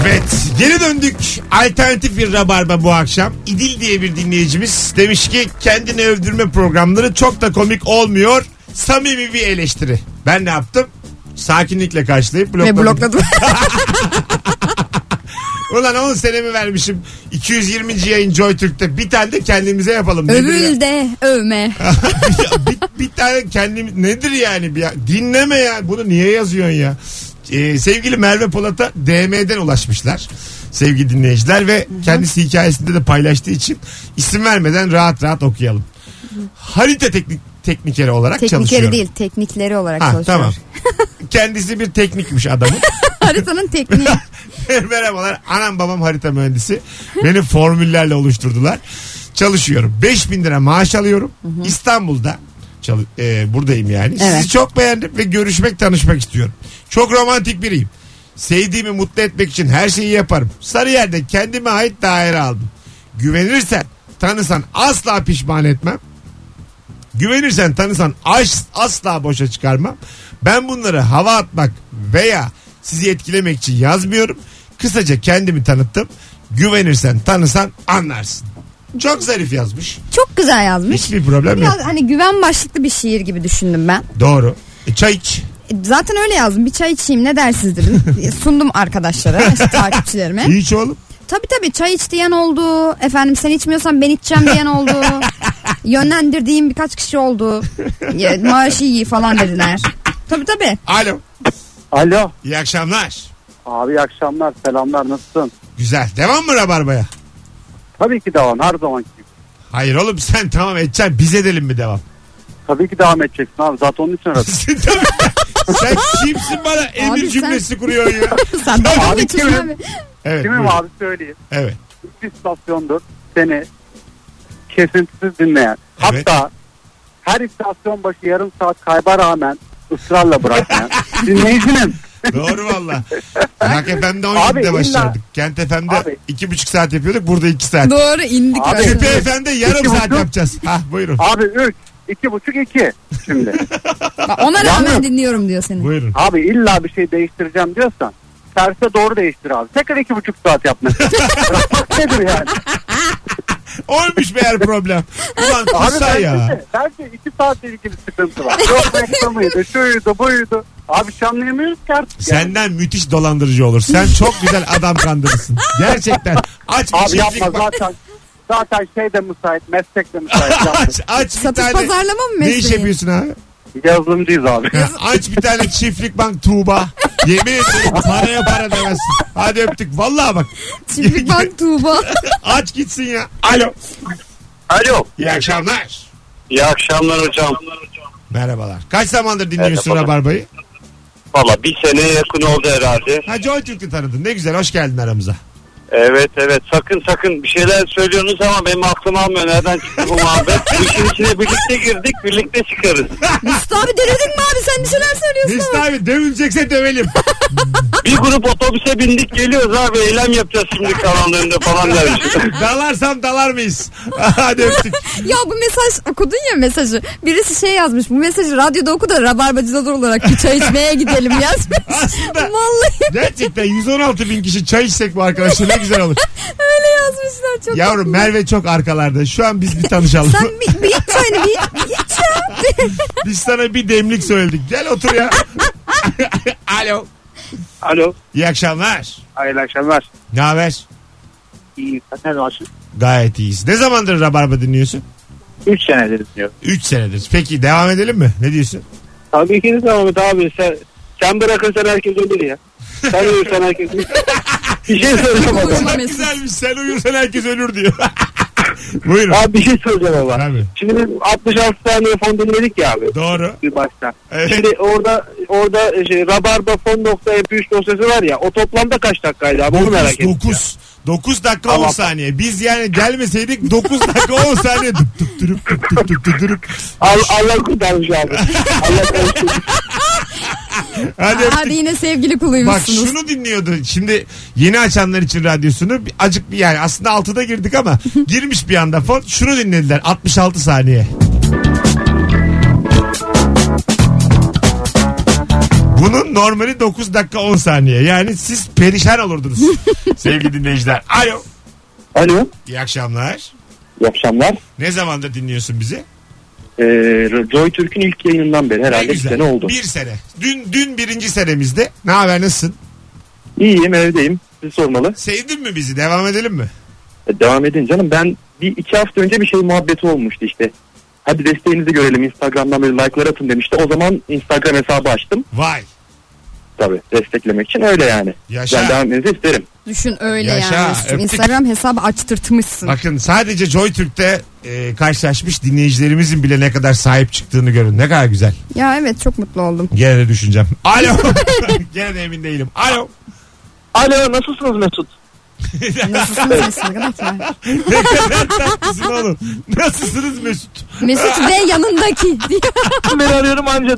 S2: Evet geri döndük alternatif bir rabarba bu akşam İdil diye bir dinleyicimiz demiş ki kendini övdürme programları çok da komik olmuyor samimi bir eleştiri ben ne yaptım sakinlikle karşılayıp
S3: Ve
S2: blokladım
S3: blokladım.
S2: ulan 10 senemi vermişim 220. yayın Joy Türk'te bir tane de kendimize yapalım Nedir ya?
S3: Övül de övme.
S2: bir, bir tane kendim nedir yani ya? dinleme ya bunu niye yazıyorsun ya Ee, sevgili Merve Polat'a DM'den ulaşmışlar sevgili dinleyiciler ve kendisi hikayesinde de paylaştığı için isim vermeden rahat rahat okuyalım harita teknik teknikeri olarak
S3: Teknikleri
S2: çalışıyorum
S3: değil teknikleri olarak
S2: Ha,
S3: çalışıyor.
S2: tamam kendisi bir teknikmiş adamın
S3: Haritanın tekniği.
S2: Merhabalar. Anam babam harita mühendisi. Beni formüllerle oluşturdular. Çalışıyorum. 5000 lira maaş alıyorum. İstanbul'da çalı- e, buradayım yani.
S3: Evet.
S2: Sizi çok beğendim ve görüşmek tanışmak istiyorum. Çok romantik biriyim. Sevdiğimi mutlu etmek için her şeyi yaparım. Sarıyer'de kendime ait daire aldım. Güvenirsen, tanısan asla pişman etmem. Güvenirsen tanısan as- asla boşa çıkarmam. Ben bunları hava atmak veya sizi etkilemek için yazmıyorum. Kısaca kendimi tanıttım. Güvenirsen tanısan anlarsın. Çok zarif yazmış.
S3: Çok güzel yazmış.
S2: Hiçbir problem yok.
S3: Biraz hani güven başlıklı bir şiir gibi düşündüm ben.
S2: Doğru. E, çay iç.
S3: E, Zaten öyle yazdım. Bir çay içeyim ne dersiniz dedim. E, Sundum arkadaşlara, işte takipçilerime.
S2: İç oğlum.
S3: Tabii tabii çay iç diyen oldu. Efendim sen içmiyorsan ben içeceğim diyen oldu. Yönlendirdiğim birkaç kişi oldu. Ya, Maaşı iyi falan dediler. Tabii tabii.
S2: Alo.
S4: Alo.
S2: İyi akşamlar.
S4: Abi iyi akşamlar selamlar nasılsın?
S2: Güzel. Devam mı Rabarba'ya?
S4: Tabii ki devam her zamanki gibi.
S2: Hayır oğlum sen tamam edeceksin. Biz edelim mi devam?
S4: Tabii ki devam edeceksin abi zaten onun için aradım.
S2: Sen tabii- sen kimsin bana emir
S3: sen-
S2: cümlesi kuruyorsun ya?
S3: Sen dalga
S4: Abi
S3: geçiyorsun
S4: kimim?
S3: abi.
S2: Evet.
S4: Kimim
S2: buyurun.
S4: abi söyleyeyim.
S2: Evet.
S4: Bir istasyondur seni kesintisiz dinleyen. Hatta her istasyon başı yarım saat kayba rağmen ısrarla bırakmayan. Dinleyicinim.
S2: Doğru valla. Rock FM'de
S4: Abi
S2: 17'de
S4: illa-
S2: başladık. Kent FM'de
S4: Abi.
S2: iki buçuk saat yapıyorduk. Burada iki saat.
S3: Doğru indik.
S4: Abi,
S3: böyle.
S2: Küpe FM'de yarım
S4: İki
S2: saat
S4: buçuk.
S2: yapacağız. Hah buyurun.
S4: Abi 3, 2,5, 2 şimdi.
S3: Bak, Ona rağmen
S4: Yalnız-
S3: dinliyorum diyor seni.
S2: Buyurun.
S4: Abi illa bir şey değiştireceğim diyorsan terse doğru değiştir abi. Tekrar iki buçuk saat yapmak. Bırakmak nedir yani?
S2: Olmuş meğer problem. Ulan
S4: Abi
S2: kusa
S4: bence,
S2: ya.
S4: de, bence iki saatle ilgili sıkıntı var. Yok reklamıydı, şuydu, buydu. Abi şanlayamıyoruz ki artık. yani.
S2: Senden müthiş dolandırıcı olur. Sen çok güzel adam kandırırsın. Gerçekten. Aç bir
S4: Abi
S2: çiftlik
S4: yapma
S2: bak.
S4: zaten. Zaten şey de müsait, meslek de müsait. Yapma.
S2: aç, aç bir
S3: Satış
S2: tane.
S3: pazarlama mı
S2: Ne iş
S3: mesleğin?
S2: yapıyorsun abi?
S4: Yazılımcıyız abi.
S2: Ya, aç bir tane çiftlik bank Tuğba. Yemin ederim paraya para demezsin. Hadi öptük. Vallahi bak.
S3: Çiftlik bank Tuğba.
S2: Aç gitsin ya. Alo.
S6: Alo.
S2: İyi akşamlar.
S6: İyi akşamlar hocam.
S2: Merhabalar. Kaç zamandır dinliyorsun
S6: Merhabalar.
S2: Rabarba'yı?
S6: Valla bir seneye yakın oldu herhalde.
S2: Ha Joy Türk'ü tanıdın. Ne güzel. Hoş geldin aramıza.
S6: Evet evet sakın sakın bir şeyler söylüyorsunuz ama benim aklım almıyor. Nereden çıktı bu muhabbet? Bu işin içine birlikte girdik birlikte çıkarız.
S3: Mustafa delirdin mi abi sen bir şeyler
S2: Mesut abi dövülecekse dövelim.
S5: Bir grup otobüse bindik geliyoruz abi eylem yapacağız şimdi kanallarında falan dermiş.
S2: Dalarsam dalar mıyız? Hadi öptük.
S3: Ya bu mesaj okudun ya mesajı. Birisi şey yazmış. Bu mesajı radyoda oku da rabarbacılar olarak bir çay içmeye gidelim yazmış.
S2: Aslında
S3: Vallahi
S2: gerçekten 116 bin kişi çay içsek bu arkadaşlar ne güzel olur.
S3: öyle yazmışlar çok.
S2: Yavrum
S3: tatlı.
S2: Merve çok arkalarda. Şu an biz bir tanışalım.
S3: Sen bir, bir iç yani bir, bir iç ya.
S2: Biz sana bir demlik söyledik. Gel otur ya. Alo.
S6: Alo.
S2: İyi akşamlar.
S6: Hayırlı akşamlar.
S2: Ne haber?
S6: İyi. Sen nasılsın?
S2: Gayet iyiyiz. Ne zamandır Rabarba dinliyorsun?
S6: 3 senedir diyor.
S2: 3 senedir. Peki devam edelim mi? Ne diyorsun?
S6: Abi ikiniz de Ahmet abi sen, sen bırakırsan herkes ölür ya. Sen ölürsen herkes ölür. bir şey soracağım
S3: Çok
S6: ama.
S3: hoşuma
S2: Çok
S3: Mesut.
S2: güzelmiş. Sen uyursan herkes ölür diyor. Buyurun.
S6: Abi bir şey soracağım ama.
S2: Abi.
S6: Şimdi biz 66 saniye fon dinledik ya abi.
S2: Doğru.
S6: Bir başta.
S2: Evet.
S6: Şimdi orada orada şey, rabarba fon nokta mp3 dosyası var ya o toplamda kaç dakikaydı abi onu merak
S2: 9
S6: ettim.
S2: 9 9 dakika
S6: Tamam.
S2: 10 saniye. Biz yani gelmeseydik 9 dakika 10 saniye dıp dıp dürüp dıp dıp dıp dıp dürüp.
S6: Al- Allah kurtarmış abi. Allah kurtarmış.
S2: Hadi öptük.
S3: Abi yine sevgili
S2: Bak
S3: kuluymuşsunuz.
S2: şunu dinliyordu. Şimdi yeni açanlar için radyosunu bir- acık bir yani aslında 6'da girdik ama girmiş bir anda fon. Şunu dinlediler 66 saniye. Bunun normali 9 dakika 10 saniye. Yani siz perişan olurdunuz. Sevgili dinleyiciler. Alo.
S6: Alo.
S2: İyi akşamlar.
S6: İyi akşamlar.
S2: Ne zamandır dinliyorsun bizi?
S6: Ee, Joy Türk'ün ilk yayınından beri herhalde
S2: Ne
S6: bir
S2: güzel.
S6: sene oldu.
S2: Bir sene. Dün dün birinci senemizde. Ne haber nasılsın?
S6: İyiyim evdeyim. Siz sormalı.
S2: Sevdin mi bizi? Devam edelim mi?
S6: E, Devam edin canım. Ben bir iki hafta önce bir şey muhabbeti olmuştu işte. Hadi desteğinizi görelim Instagram'dan böyle like'lar atın demişti. O zaman Instagram hesabı açtım.
S2: Vay.
S6: Tabii desteklemek için öyle yani.
S2: Yaşa.
S6: Ben devam etmenizi isterim.
S3: Düşün öyle
S2: Yaşa,
S3: yani. Mesut'cum.
S2: öptük.
S3: Instagram hesabı açtırtmışsın.
S2: Bakın sadece JoyTürk'te e, karşılaşmış dinleyicilerimizin bile ne kadar sahip çıktığını görün. Ne kadar güzel.
S3: Ya evet çok mutlu oldum.
S2: Gene de düşüneceğim. Alo. Gene de emin değilim. Alo.
S5: Alo nasılsınız Mesut?
S3: Nasılsınız Mesut? Ne kadar ki?
S2: Ne kadar tatlısın oğlum. Nasılsınız Mesut?
S3: Mesut ve yanındaki diye.
S5: Beni arıyorum anca.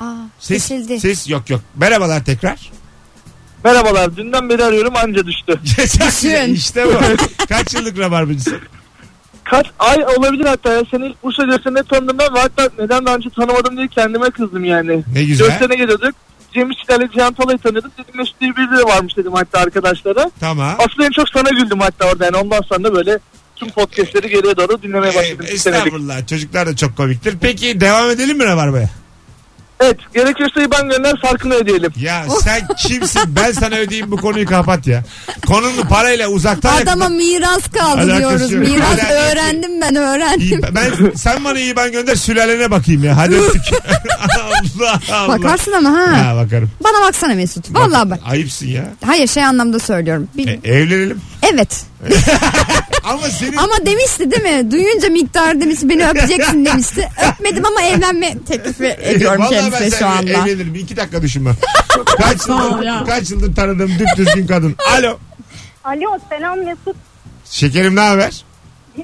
S3: Aa,
S2: Ses,
S3: kesildi.
S2: ses yok yok. Merhabalar tekrar.
S5: Merhabalar dünden beri arıyorum anca düştü.
S3: Düşün.
S2: işte bu. Kaç yıllık rabarbacısın?
S5: Kaç ay olabilir hatta ya. Seni ilk Bursa Gösteri'nde tanıdım ben. ve Hatta neden daha önce tanımadım diye kendime kızdım yani.
S2: Ne güzel.
S5: Gösteri'ne geliyorduk. Cem İşçiler'le Cihan Pala'yı tanıyordum. Dedim Mesut diye biri de varmış dedim hatta arkadaşlara.
S2: Tamam.
S5: Aslında en çok sana güldüm hatta orada. Yani ondan sonra da böyle tüm podcastleri geriye doğru dinlemeye başladım.
S2: Ee,
S5: Bir senelik.
S2: estağfurullah. Çocuklar da çok komiktir. Peki devam edelim mi rabarbaya?
S5: Evet gerekirse ben gönder farkını ödeyelim.
S2: Ya sen kimsin? Ben sana ödeyeyim bu konuyu kapat ya. Konunu parayla uzaktan
S3: Adama miras kaldı
S2: Alakası
S3: diyoruz.
S2: yok.
S3: Miras
S2: Alakası yok.
S3: öğrendim ben öğrendim.
S2: İyi, ben sen bana iyi ben gönder sülalene bakayım ya. Hadi öptük. Allah Allah.
S3: Bakarsın ama ha.
S2: Ha bakarım.
S3: Bana baksana Mesut. Vallahi bak.
S2: Ayıpsın ya.
S3: Hayır şey anlamda söylüyorum. Bir-
S2: E, evlenelim.
S3: evet.
S2: Ama senin
S3: Ama demişti değil mi? Duyunca miktar demişti beni öpeceksin demişti. Öpmedim ama evlenme teklifi ediyorum
S2: Vallahi ben
S3: kendisine şu
S2: seninle
S3: anda.
S2: evlenirim. İki dakika düşünme. kaç, yıldır, kaç yıldır tanıdığım düzgün kadın. Alo.
S8: Alo selam Mesut.
S2: Şekerim ne haber?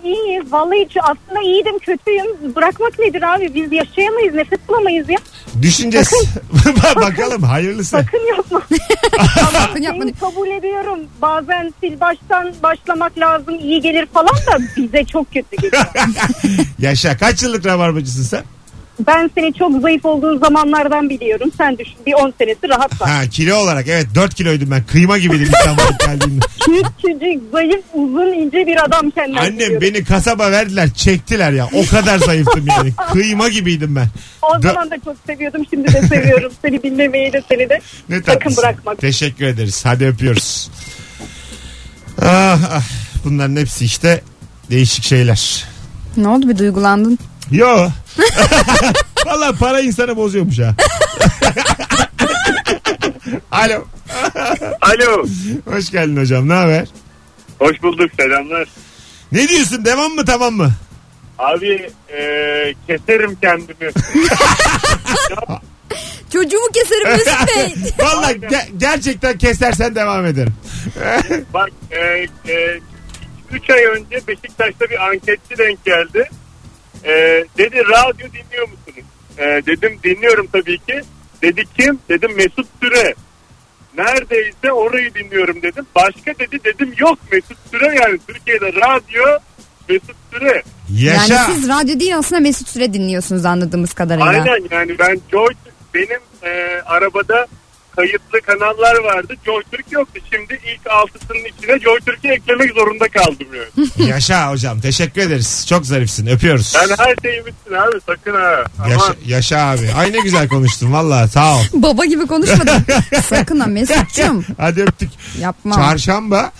S8: İyiyiz vallahi hiç- aslında iyiydim kötüyüm. Bırakmak nedir abi biz yaşayamayız nefes bulamayız ya.
S2: Düşüneceğiz. Bakalım hayırlısı.
S8: Sakın yapma.
S3: Sakın yapma.
S8: Seni kabul ediyorum bazen sil baştan başlamak lazım iyi gelir falan da bize çok kötü geliyor.
S2: Yaşa. Kaç yıllık rabarbacısın sen?
S8: ben seni çok zayıf olduğun zamanlardan biliyorum. Sen düşün bir 10 senesi rahat var.
S2: Ha kilo olarak evet 4 kiloydum ben. Kıyma gibiydim İstanbul'a geldiğimde.
S8: Küçücük zayıf uzun ince bir adam kendine.
S2: Annem beni kasaba verdiler çektiler ya. O kadar zayıftım yani. Kıyma gibiydim ben.
S8: O
S2: Dö-
S8: zaman da çok seviyordum şimdi de seviyorum. seni dinlemeyi de seni de
S2: Ne
S8: sakın
S2: tatlısın.
S8: bırakmak.
S2: Teşekkür ederiz. Hadi öpüyoruz. Ah, ah. Bunların hepsi işte değişik şeyler.
S3: Ne oldu bir duygulandın?
S2: Yo. Valla para insanı bozuyormuş ha. Alo.
S13: Alo.
S2: Hoş geldin hocam. Ne haber?
S13: Hoş bulduk selamlar.
S2: Ne diyorsun? Devam mı tamam mı?
S13: Abi
S6: e,
S13: keserim kendimi.
S3: Çocuğumu keserim Mesut Bey.
S2: Valla ge- gerçekten kesersen devam ederim.
S13: Bak 3
S6: e,
S13: ay önce Beşiktaş'ta bir anketçi denk geldi. E, dedi radyo dinliyor musunuz?
S6: Ee, dedim dinliyorum tabii ki. Dedi kim? Dedim Mesut Süre. Neredeyse orayı dinliyorum dedim. Başka dedi dedim yok Mesut Süre yani Türkiye'de radyo Mesut Süre.
S2: Yaşa.
S3: Yani siz radyo değil aslında Mesut Süre dinliyorsunuz anladığımız kadarıyla.
S6: Aynen yani ben Joy benim e, arabada kayıtlı kanallar vardı. Joy Türk yoktu. Şimdi ilk altısının içine Joy Türk'ü eklemek zorunda kaldım yani.
S2: Yaşa hocam teşekkür ederiz. Çok zarifsin öpüyoruz.
S6: Ben her şeyi bitsin abi sakın ha.
S2: Yaşa,
S6: Aman.
S2: yaşa abi. Ay ne güzel konuştun valla sağ ol.
S3: Baba gibi konuşmadım. Sakın ha Mesut'cum.
S2: Hadi öptük.
S3: Yapma.
S2: Çarşamba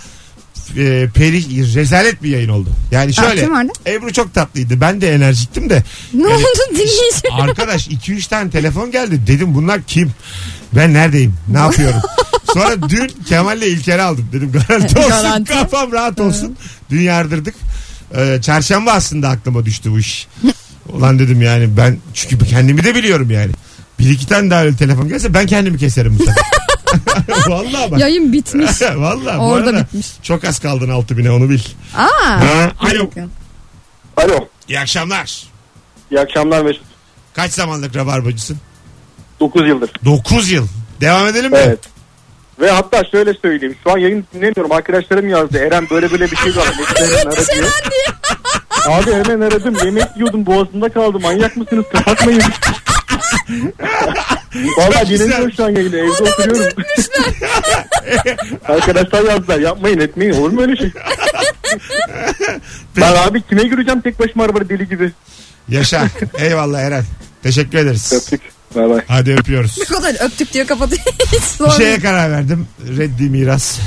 S2: e, peri rezalet bir yayın oldu. Yani
S3: Aa,
S2: şöyle
S3: kim vardı?
S2: Ebru çok tatlıydı. Ben de enerjiktim de.
S3: Ne
S2: Yani
S3: oldu dinleyici?
S2: Arkadaş 2-3 tane telefon geldi. Dedim bunlar kim? Ben neredeyim? Ne yapıyorum? Sonra dün Kemal'le İlker'i aldım. Dedim garanti olsun.
S3: Garanti.
S2: Kafam rahat olsun. dün yardırdık. Ee, çarşamba aslında aklıma düştü bu iş. Ulan dedim yani ben çünkü kendimi de biliyorum yani. Bir iki tane daha öyle telefon gelse ben kendimi keserim bu sefer. Vallahi bak.
S3: Yayın bitmiş.
S2: Vallahi bu
S3: Orada
S2: arada
S3: bitmiş.
S2: çok az kaldın altı bine onu bil.
S3: Aa.
S2: Ha, Alo.
S7: Alo.
S2: İyi akşamlar.
S7: İyi akşamlar Mesut.
S2: Kaç zamanlık rabarbacısın?
S7: 9 yıldır.
S2: 9 yıl. Devam edelim mi?
S7: Evet. Ve hatta şöyle söyleyeyim. Şu an yayın dinlemiyorum. Arkadaşlarım yazdı. Eren böyle böyle bir şey var. Mesut Eren aradı. Abi hemen aradım. Yemek yiyordum. Boğazımda kaldı. Manyak mısınız? Kapatmayın. Valla
S2: Çok güzel.
S7: gelemiyorum şu an yayına. Evde oturuyorum. Arkadaşlar yazdılar. Yapmayın etmeyin. Olur mu öyle şey? ben abi kime yürüyeceğim tek başıma arabada deli gibi.
S2: Yaşa. Eyvallah Eren. Teşekkür ederiz.
S7: Öptük. Bay bay.
S2: Hadi öpüyoruz.
S3: Ne kadar öptük diyor kapatıyor. Hiç
S2: Bir şey
S3: sormuyor.
S2: şeye karar verdim. Reddi miras.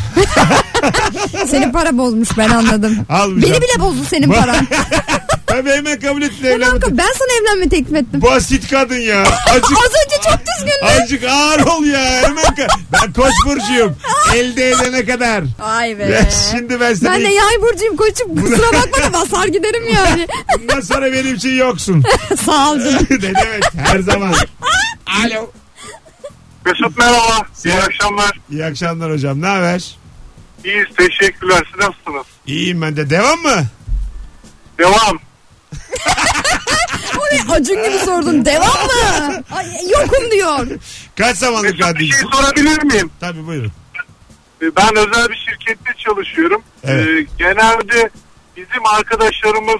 S3: Senin para bozmuş ben anladım.
S2: Almayacağım.
S3: Beni bile bozdu senin paran.
S2: Tabii hemen kabul ettin
S3: Ulan
S2: evlenme.
S3: ben sana evlenme teklif ettim.
S2: Basit kadın ya. Acık,
S3: Az önce çok düzgündü.
S2: acık ağır ol ya. Hemen ka- ben koç burcuyum. Elde edene kadar.
S3: Ay be.
S2: Ya şimdi ben seni
S3: Ben de yay burcuyum koçum. Kusura bakma da basar giderim yani.
S2: bundan sonra benim için yoksun.
S3: Sağ ol canım.
S2: ne demek her zaman. Alo.
S6: Mesut merhaba. İyi
S2: Selam.
S6: akşamlar.
S2: İyi akşamlar hocam. Ne haber?
S6: İyiyiz teşekkürler. Siz nasılsınız?
S2: İyiyim ben de. Devam mı?
S6: Devam.
S3: Oraya acun gibi sordun. Devam mı? Ay, yokum diyor.
S2: Kaç zamanlık
S6: Mesut bir şey
S2: radyocusun?
S6: sorabilir miyim?
S2: Tabii buyurun.
S6: Ee, Ben özel bir şirkette çalışıyorum.
S2: Evet.
S6: Ee, genelde bizim arkadaşlarımız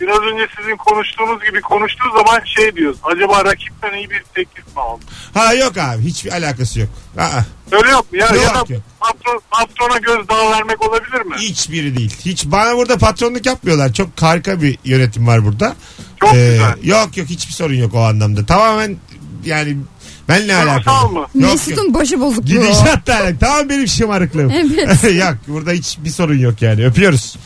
S6: biraz önce sizin konuştuğunuz gibi konuştuğu zaman şey diyoruz. Acaba rakipten iyi bir teklif mi aldı?
S2: Ha yok abi hiçbir alakası yok. Aa,
S6: Öyle yok mu ya?
S2: Yok,
S6: ya da
S2: yok.
S6: patron, patrona gözdağı vermek olabilir mi?
S2: hiçbiri değil. Hiç bana burada patronluk yapmıyorlar. Çok harika bir yönetim var burada. Ee,
S6: Çok güzel.
S2: Yok yok hiçbir sorun yok o anlamda. Tamamen yani benle
S6: Duygusal
S2: alakalı.
S6: mı?
S2: Yok, yok.
S3: Mesut'un başı bozuk diyor.
S2: Gidişat da alakalı. Tamam benim şımarıklığım.
S3: Evet.
S2: yok burada hiçbir sorun yok yani. Öpüyoruz.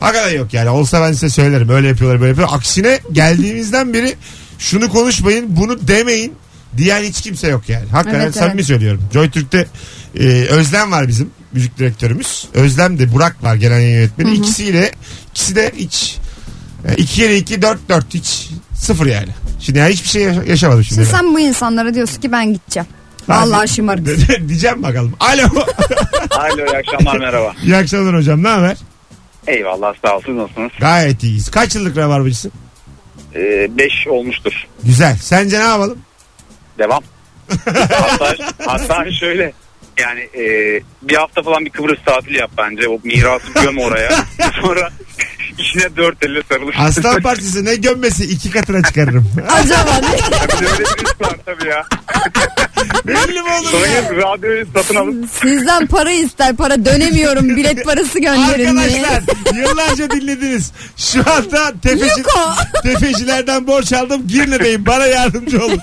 S2: Hakikaten yok yani. Olsa ben size söylerim. Öyle yapıyorlar böyle yapıyorlar. Aksine geldiğimizden beri şunu konuşmayın bunu demeyin diyen hiç kimse yok yani. Hakikaten
S3: Evet,
S2: samimi
S3: evet.
S2: söylüyorum. JoyTürk'te e, Özlem var bizim müzik direktörümüz. Özlem de Burak var genel yayın yönetmeni. İkisiyle ikisi de hiç e, 2 yere 2 4 4 hiç sıfır yani. Şimdi yani hiçbir şey yaşa- yaşamadım şimdi.
S3: Şimdi
S2: ben.
S3: sen bu insanlara diyorsun ki ben gideceğim.
S2: Hadi.
S3: Vallahi şımarık.
S2: Diyeceğim bakalım. Alo.
S14: Alo iyi akşamlar merhaba.
S2: İyi akşamlar hocam. Ne haber?
S14: Eyvallah sağ ol siz nasılsınız?
S2: Gayet iyiyiz. Kaç yıllık rabarbacısın?
S14: 5 olmuştur.
S2: Güzel. Sence ne yapalım?
S14: Devam. hatta, hatta şöyle yani e, bir hafta falan bir Kıbrıs tatili yap bence. O mirası göm oraya. Sonra işine dört elle sarılır.
S2: Aslan Partisi ne gömmesi iki katına çıkarırım.
S3: Acaba ne?
S14: Böyle bir iş var tabii ya.
S2: Belli mi olur
S14: Sonra
S2: ya?
S14: gidip radyoyu satın alıp
S3: Sizden para ister para dönemiyorum bilet parası gönderin diye.
S2: Arkadaşlar yıllarca dinlediniz. Şu anda tefeci,
S3: Yuko.
S2: tefecilerden borç aldım. Girne'deyim. Bana yardımcı olun.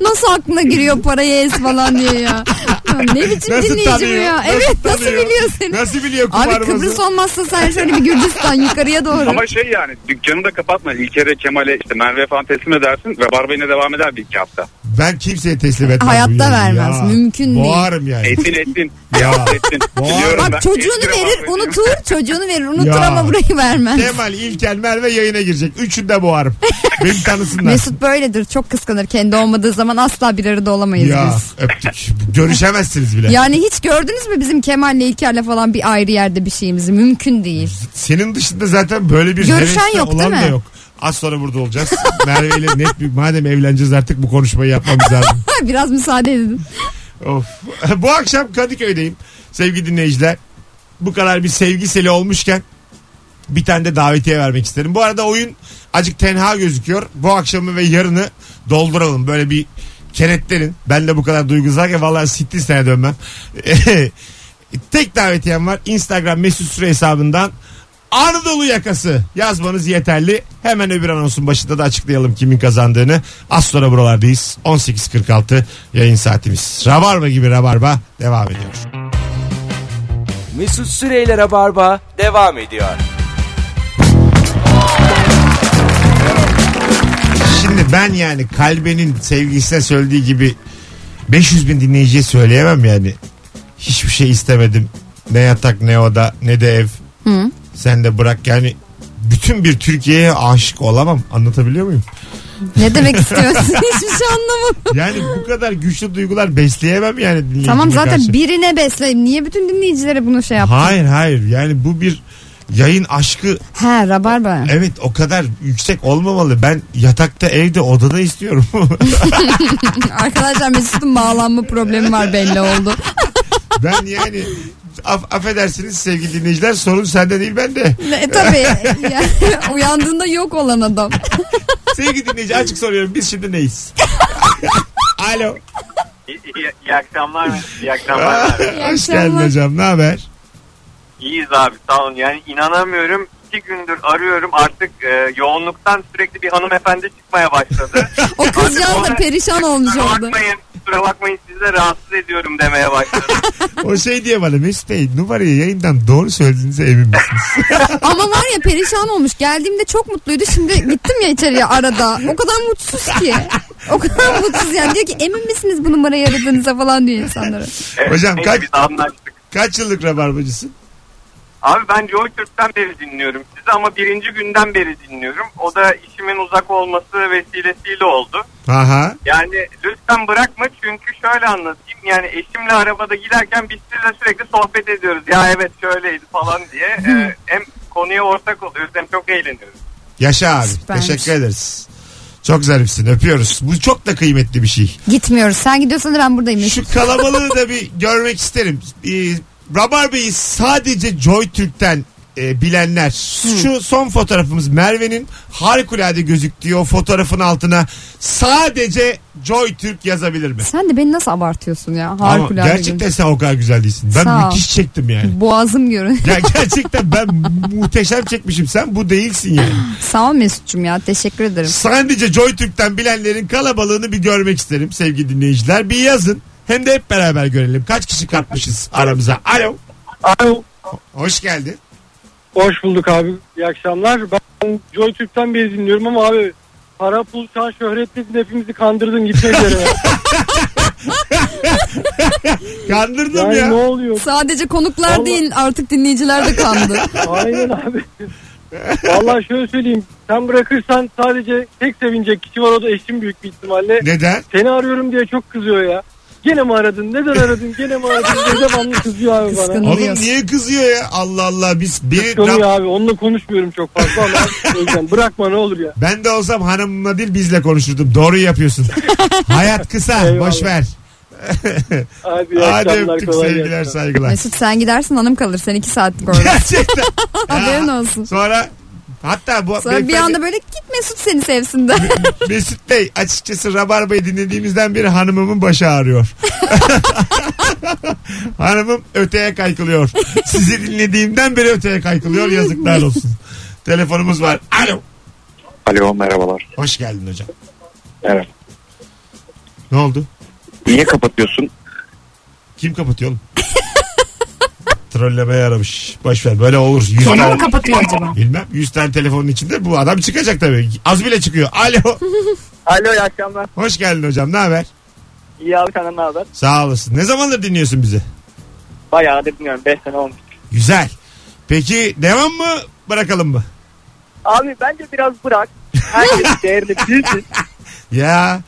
S3: Nasıl aklına giriyor parayı es falan diye ya. Ya ne biçim
S2: Nasıl
S3: dinleyici bu
S2: tanıyor?
S3: ya?
S2: Nasıl
S3: evet nasıl
S2: tanıyor?
S3: biliyor seni?
S2: Nasıl biliyor
S3: Abi
S2: kumarımızı?
S3: Kıbrıs olmazsa sen şöyle bir Gürcistan yukarıya doğru.
S14: ama şey yani dükkanı da kapatma. İlker'e Kemal'e işte Merve'ye falan teslim edersin ve barbayına devam eder bir iki hafta.
S2: Ben kimseye teslim etmem. bu
S3: Hayatta
S2: yayını
S3: vermez. Mümkün değil.
S2: Boğarım yani.
S14: Ettin ettin.
S2: Ya.
S14: Ya. Ettin. Biliyorum ben.
S3: Bak çocuğunu
S14: Eskire
S3: verir
S14: barbayı-
S3: unutur çocuğunu verir unutur
S2: Ya.
S3: ama burayı vermez.
S2: Kemal, İlker, Merve yayına girecek. Üçünü de boğarım. Beni tanısınlar.
S3: Mesut böyledir çok kıskanır kendi olmadığı zaman asla bir arada olamayız
S2: ya
S3: biz.
S2: öptük. Görüşemezsiniz bile.
S3: Yani hiç gördünüz mü bizim Kemal'le İlker'le falan bir ayrı yerde bir şeyimizi? Mümkün değil.
S2: Senin dışında zaten böyle bir
S3: Görüşen
S2: hevesli
S3: yok,
S2: olan
S3: değil mi?
S2: da yok. Az sonra burada olacağız. Merve ile net bir madem evleneceğiz artık bu konuşmayı yapmamız lazım.
S3: Biraz müsaade edin.
S2: Of. bu akşam Kadıköy'deyim. Sevgili dinleyiciler. Bu kadar bir sevgiseli olmuşken bir tane de davetiye vermek isterim. Bu arada oyun acık tenha gözüküyor. Bu akşamı ve yarını dolduralım. Böyle bir kenetlerin. Ben de bu kadar duygusalken vallahi Sitlis'e dönmem. Tek davetiyem var. Instagram mesut süre hesabından Anadolu yakası yazmanız yeterli. Hemen öbür anonsun başında da açıklayalım kimin kazandığını. Az sonra buralardayız. 18.46 yayın saatimiz. Rabarba gibi rabarba devam ediyor.
S1: Mesut Süreyler'e barba devam ediyor.
S2: Şimdi ben yani kalbenin sevgisine söylediği gibi 500 bin dinleyiciye söyleyemem yani. Hiçbir şey istemedim. Ne yatak ne oda ne de ev.
S3: Hı.
S2: Sen de bırak yani bütün bir Türkiye'ye aşık olamam. Anlatabiliyor muyum?
S3: Ne demek istiyorsun? Hiçbir şey anlamadım.
S2: Yani bu kadar güçlü duygular besleyemem yani dinleyicime
S3: Tamam zaten
S2: karşı.
S3: birine besle. Niye bütün dinleyicilere bunu şey yaptın?
S2: Hayır hayır yani bu bir yayın aşkı
S3: He rabarba.
S2: evet o kadar yüksek olmamalı. Ben yatakta evde odada istiyorum.
S3: Arkadaşlar Mesut'un bağlanma problemi var belli oldu.
S2: ben yani af- affedersiniz sevgili dinleyiciler sorun sende değil bende.
S3: E tabii. Yani uyandığında yok olan adam.
S2: Sevgili dinleyici açık soruyorum biz şimdi neyiz? Alo.
S15: İyi, iyi, iyi akşamlar. İyi akşamlar. abi.
S2: Hoş geldin hocam ne haber?
S15: İyiyiz abi sağ olun. Yani inanamıyorum. İki gündür arıyorum artık e, yoğunluktan sürekli bir hanımefendi çıkmaya başladı.
S3: O kızcağız da perişan olmuş orada.
S15: Kusura bakmayın sizi de rahatsız ediyorum demeye başladı.
S2: O şey diye bana Mesut Bey numarayı yayından doğru söylediğinize emin misiniz?
S3: Ama var ya perişan olmuş. Geldiğimde çok mutluydu. Şimdi gittim ya içeriye arada. O kadar mutsuz ki. O kadar mutsuz yani. Diyor ki emin misiniz bu numarayı aradığınıza falan diyor insanlara.
S2: Hocam
S15: neyse
S2: kaç-
S15: biz anlaştık.
S2: Kaç yıllık rabarbacısın?
S15: Abi ben Joy Türk'ten beri dinliyorum sizi ama birinci günden beri dinliyorum. O da işimin uzak olması vesilesiyle oldu.
S2: Aha.
S15: Yani lütfen bırakma çünkü şöyle anlatayım. Yani eşimle arabada giderken biz sizinle sürekli sohbet ediyoruz. Ya evet şöyleydi falan diye. Ee, hem konuya ortak oluyoruz hem çok eğleniyoruz.
S2: Yaşa abi.
S3: Süpermiş.
S2: Teşekkür ederiz. Çok zarifsin. Öpüyoruz. Bu çok da kıymetli bir şey.
S3: Gitmiyoruz. Sen gidiyorsan da ben buradayım.
S2: Şu kalabalığı da bir görmek isterim. Ee, Rabarbe'yi sadece Joy Türk'ten e, bilenler. Şu son fotoğrafımız Merve'nin harikulade gözüktüğü o fotoğrafın altına sadece Joy Türk yazabilir mi?
S3: Sen de beni nasıl abartıyorsun ya?
S2: Ama
S3: Harikulade.
S2: gerçekten sen o kadar güzel değilsin. Ben
S3: Sağ ol.
S2: müthiş çektim yani.
S3: Boğazım görün.
S2: Ya gerçekten ben muhteşem çekmişim. Sen bu değilsin yani.
S3: Sağ ol Mesut'cum ya. Teşekkür ederim.
S2: Sadece Joy Türk'ten bilenlerin kalabalığını bir görmek isterim sevgili dinleyiciler. Bir yazın. Hem de hep beraber görelim. Kaç kişi katmışız aramıza. Alo.
S5: Alo.
S2: Hoş geldin.
S5: Hoş bulduk abi. İyi akşamlar. Ben Joy Türk'ten beri dinliyorum ama abi para pul şan şöhret dedin hepimizi kandırdın gitmek üzere.
S2: Kandırdın
S5: yani
S2: ya.
S5: ne oluyor?
S3: Sadece konuklar
S5: Vallahi-
S3: değil artık dinleyiciler de kandı.
S5: Aynen abi. Vallahi şöyle söyleyeyim. Sen bırakırsan sadece tek sevinecek kişi var o da eşim büyük bir ihtimalle.
S2: Neden?
S5: Seni arıyorum diye çok kızıyor ya. Gene mi aradın? Neden aradın? Gene mi aradın? Ne devamlı kızıyor abi bana.
S2: Oğlum niye kızıyor ya? Allah Allah biz bir
S5: Kıskanıyor abi. Onunla konuşmuyorum çok fazla ama o yüzden bırakma ne olur ya.
S2: ben de olsam hanımla değil bizle konuşurdum. Doğru yapıyorsun. Hayat kısa.
S5: Eyvallah.
S2: Boş ver.
S5: Abi iyi
S2: Hadi
S5: akşamlar
S2: öptük
S5: kolay
S2: sevgiler
S5: gelsin.
S2: saygılar.
S3: Mesut sen gidersin hanım kalır. Sen iki saatlik orada.
S2: Gerçekten.
S3: Haberin olsun.
S2: Sonra hatta bu
S3: Sonra bir
S2: beyefendi-
S3: anda böyle git Mesut seni sevsin de.
S2: Mesut Bey açıkçası Rabarba'yı dinlediğimizden beri hanımımın başı ağrıyor. Hanımım öteye kaykılıyor. Sizi dinlediğimden beri öteye kaykılıyor. Yazıklar olsun. Telefonumuz var. Alo.
S16: Alo merhabalar.
S2: Hoş geldin hocam.
S16: Evet.
S2: Ne oldu?
S16: Niye kapatıyorsun?
S2: Kim kapatıyor oğlum? Trollemeye aramış. Boş ver böyle olur. Yüz
S3: Konu
S2: tane-
S3: mu kapatıyor acaba?
S2: Bilmem 100 tane telefonun içinde bu adam çıkacak tabii. Az bile çıkıyor. Alo.
S17: Alo iyi akşamlar.
S2: Hoş geldin hocam. Ne haber?
S17: İyi abi senden ne haber?
S2: Sağ olasın. Ne zamandır dinliyorsun bizi?
S17: Bayağı da bilmiyorum 5 sene olmuş.
S2: Güzel. Peki devam mı bırakalım mı?
S17: Abi bence biraz bırak. Herkes değerini bilsin.
S2: Ya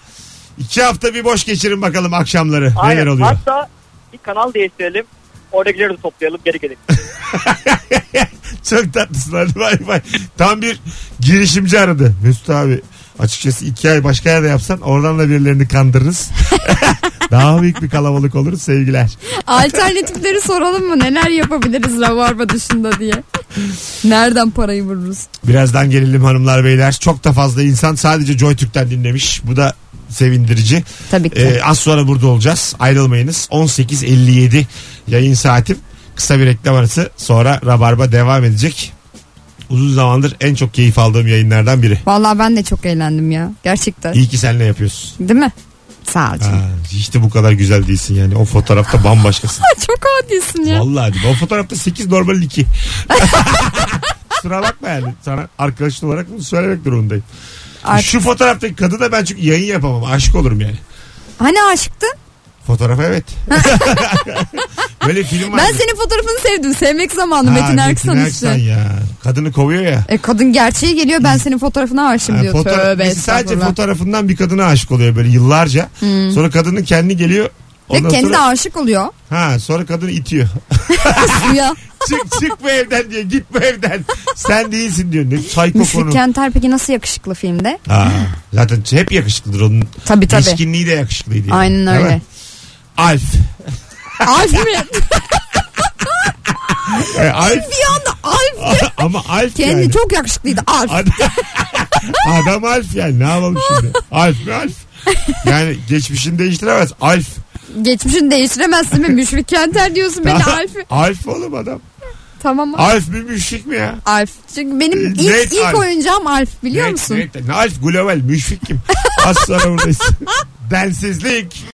S2: iki hafta bir boş geçirin bakalım akşamları.
S17: Aynen.
S2: Neler oluyor?
S17: Hatta bir kanal değiştirelim. Oradakileri de toplayalım geri gelelim.
S2: Çok tatlısın hadi bay bay. Tam bir girişimci aradı. Mesut abi açıkçası iki ay başka yerde yapsan oradan da birilerini kandırırız. Daha büyük bir kalabalık oluruz sevgiler.
S3: Alternatifleri soralım mı? Neler yapabiliriz rabarba dışında diye. Nereden parayı vururuz?
S2: Birazdan gelelim hanımlar beyler. Çok da fazla insan sadece JoyTürk'ten dinlemiş. Bu da sevindirici.
S3: Tabii ki.
S2: Ee, az sonra burada olacağız. Ayrılmayınız. 18.57 yayın saatim. Kısa bir reklam arası. Sonra Rabarba devam edecek. Uzun zamandır en çok keyif aldığım yayınlardan biri.
S3: Vallahi ben de çok eğlendim ya. Gerçekten.
S2: İyi ki seninle yapıyoruz.
S3: Değil mi? Sağ ol canım.
S2: Ha, hiç de bu kadar güzel değilsin yani. O fotoğrafta bambaşkasın.
S3: Çok adisin ya.
S2: Vallahi değil. O fotoğrafta 8 normal 2. Kusura bakma yani. Sana arkadaşın olarak bunu söylemek durumundayım.
S3: Artık-
S2: Şu fotoğraftaki kadına ben çünkü yayın yapamam. Aşık olurum yani.
S3: Hani aşıktın?
S2: Fotoğraf evet. Böyle film var.
S3: Ben senin fotoğrafını sevdim. Sevmek zamanı Metin Erksan işte.
S2: ya. Kadını kovuyor ya.
S3: E kadın gerçeği geliyor ben senin fotoğrafına aşığım
S2: Yani
S3: diyor.
S2: fotoğraf-
S3: Tövbe
S2: birisi sadece
S3: estağfurullah.
S2: fotoğrafından bir kadına aşık oluyor böyle yıllarca.
S3: Hmm.
S2: Sonra kadının kendi geliyor.
S3: Ve
S2: Ondan
S3: kendi de
S2: sonra,
S3: aşık oluyor.
S2: ha, sonra kadını itiyor.
S3: Suya.
S2: çık çık bu evden diyor. Git bu evden. Sen değilsin diyor. Ne psycho
S3: Müfit
S2: konu.
S3: Kenter peki nasıl yakışıklı filmde?
S2: Aa, zaten hep yakışıklıdır onun.
S3: Tabii, tabii.
S2: Yetişkinliği de yakışıklıydı. yani.
S3: Aynen
S2: Değil mi?
S3: öyle.
S2: Alf.
S3: Alf mi?
S2: E, Alf.
S3: bir anda Alf. diyor.
S2: Ama Alf
S3: Kendi
S2: Ah, yani.
S3: çok yakışıklıydı Alf.
S2: Adam, adam Alf yani ne yapalım şimdi? Alf mi Alf? Yani geçmişini değiştiremez. Alf.
S3: Geçmişini değiştiremezsin mi? Müşfik Kenter diyorsun beni
S2: Daha-
S3: Alf.
S2: Alf oğlum adam.
S3: Tamam Alf.
S2: Alf bir müşrik mi ya?
S3: Alf. Çünkü benim ilk,
S2: Net
S3: ilk
S2: Alf.
S3: oyuncağım Alf biliyor
S2: Evet,
S3: musun?
S2: evet. Alf global müşrik kim? Az sonra buradayız. Densizlik.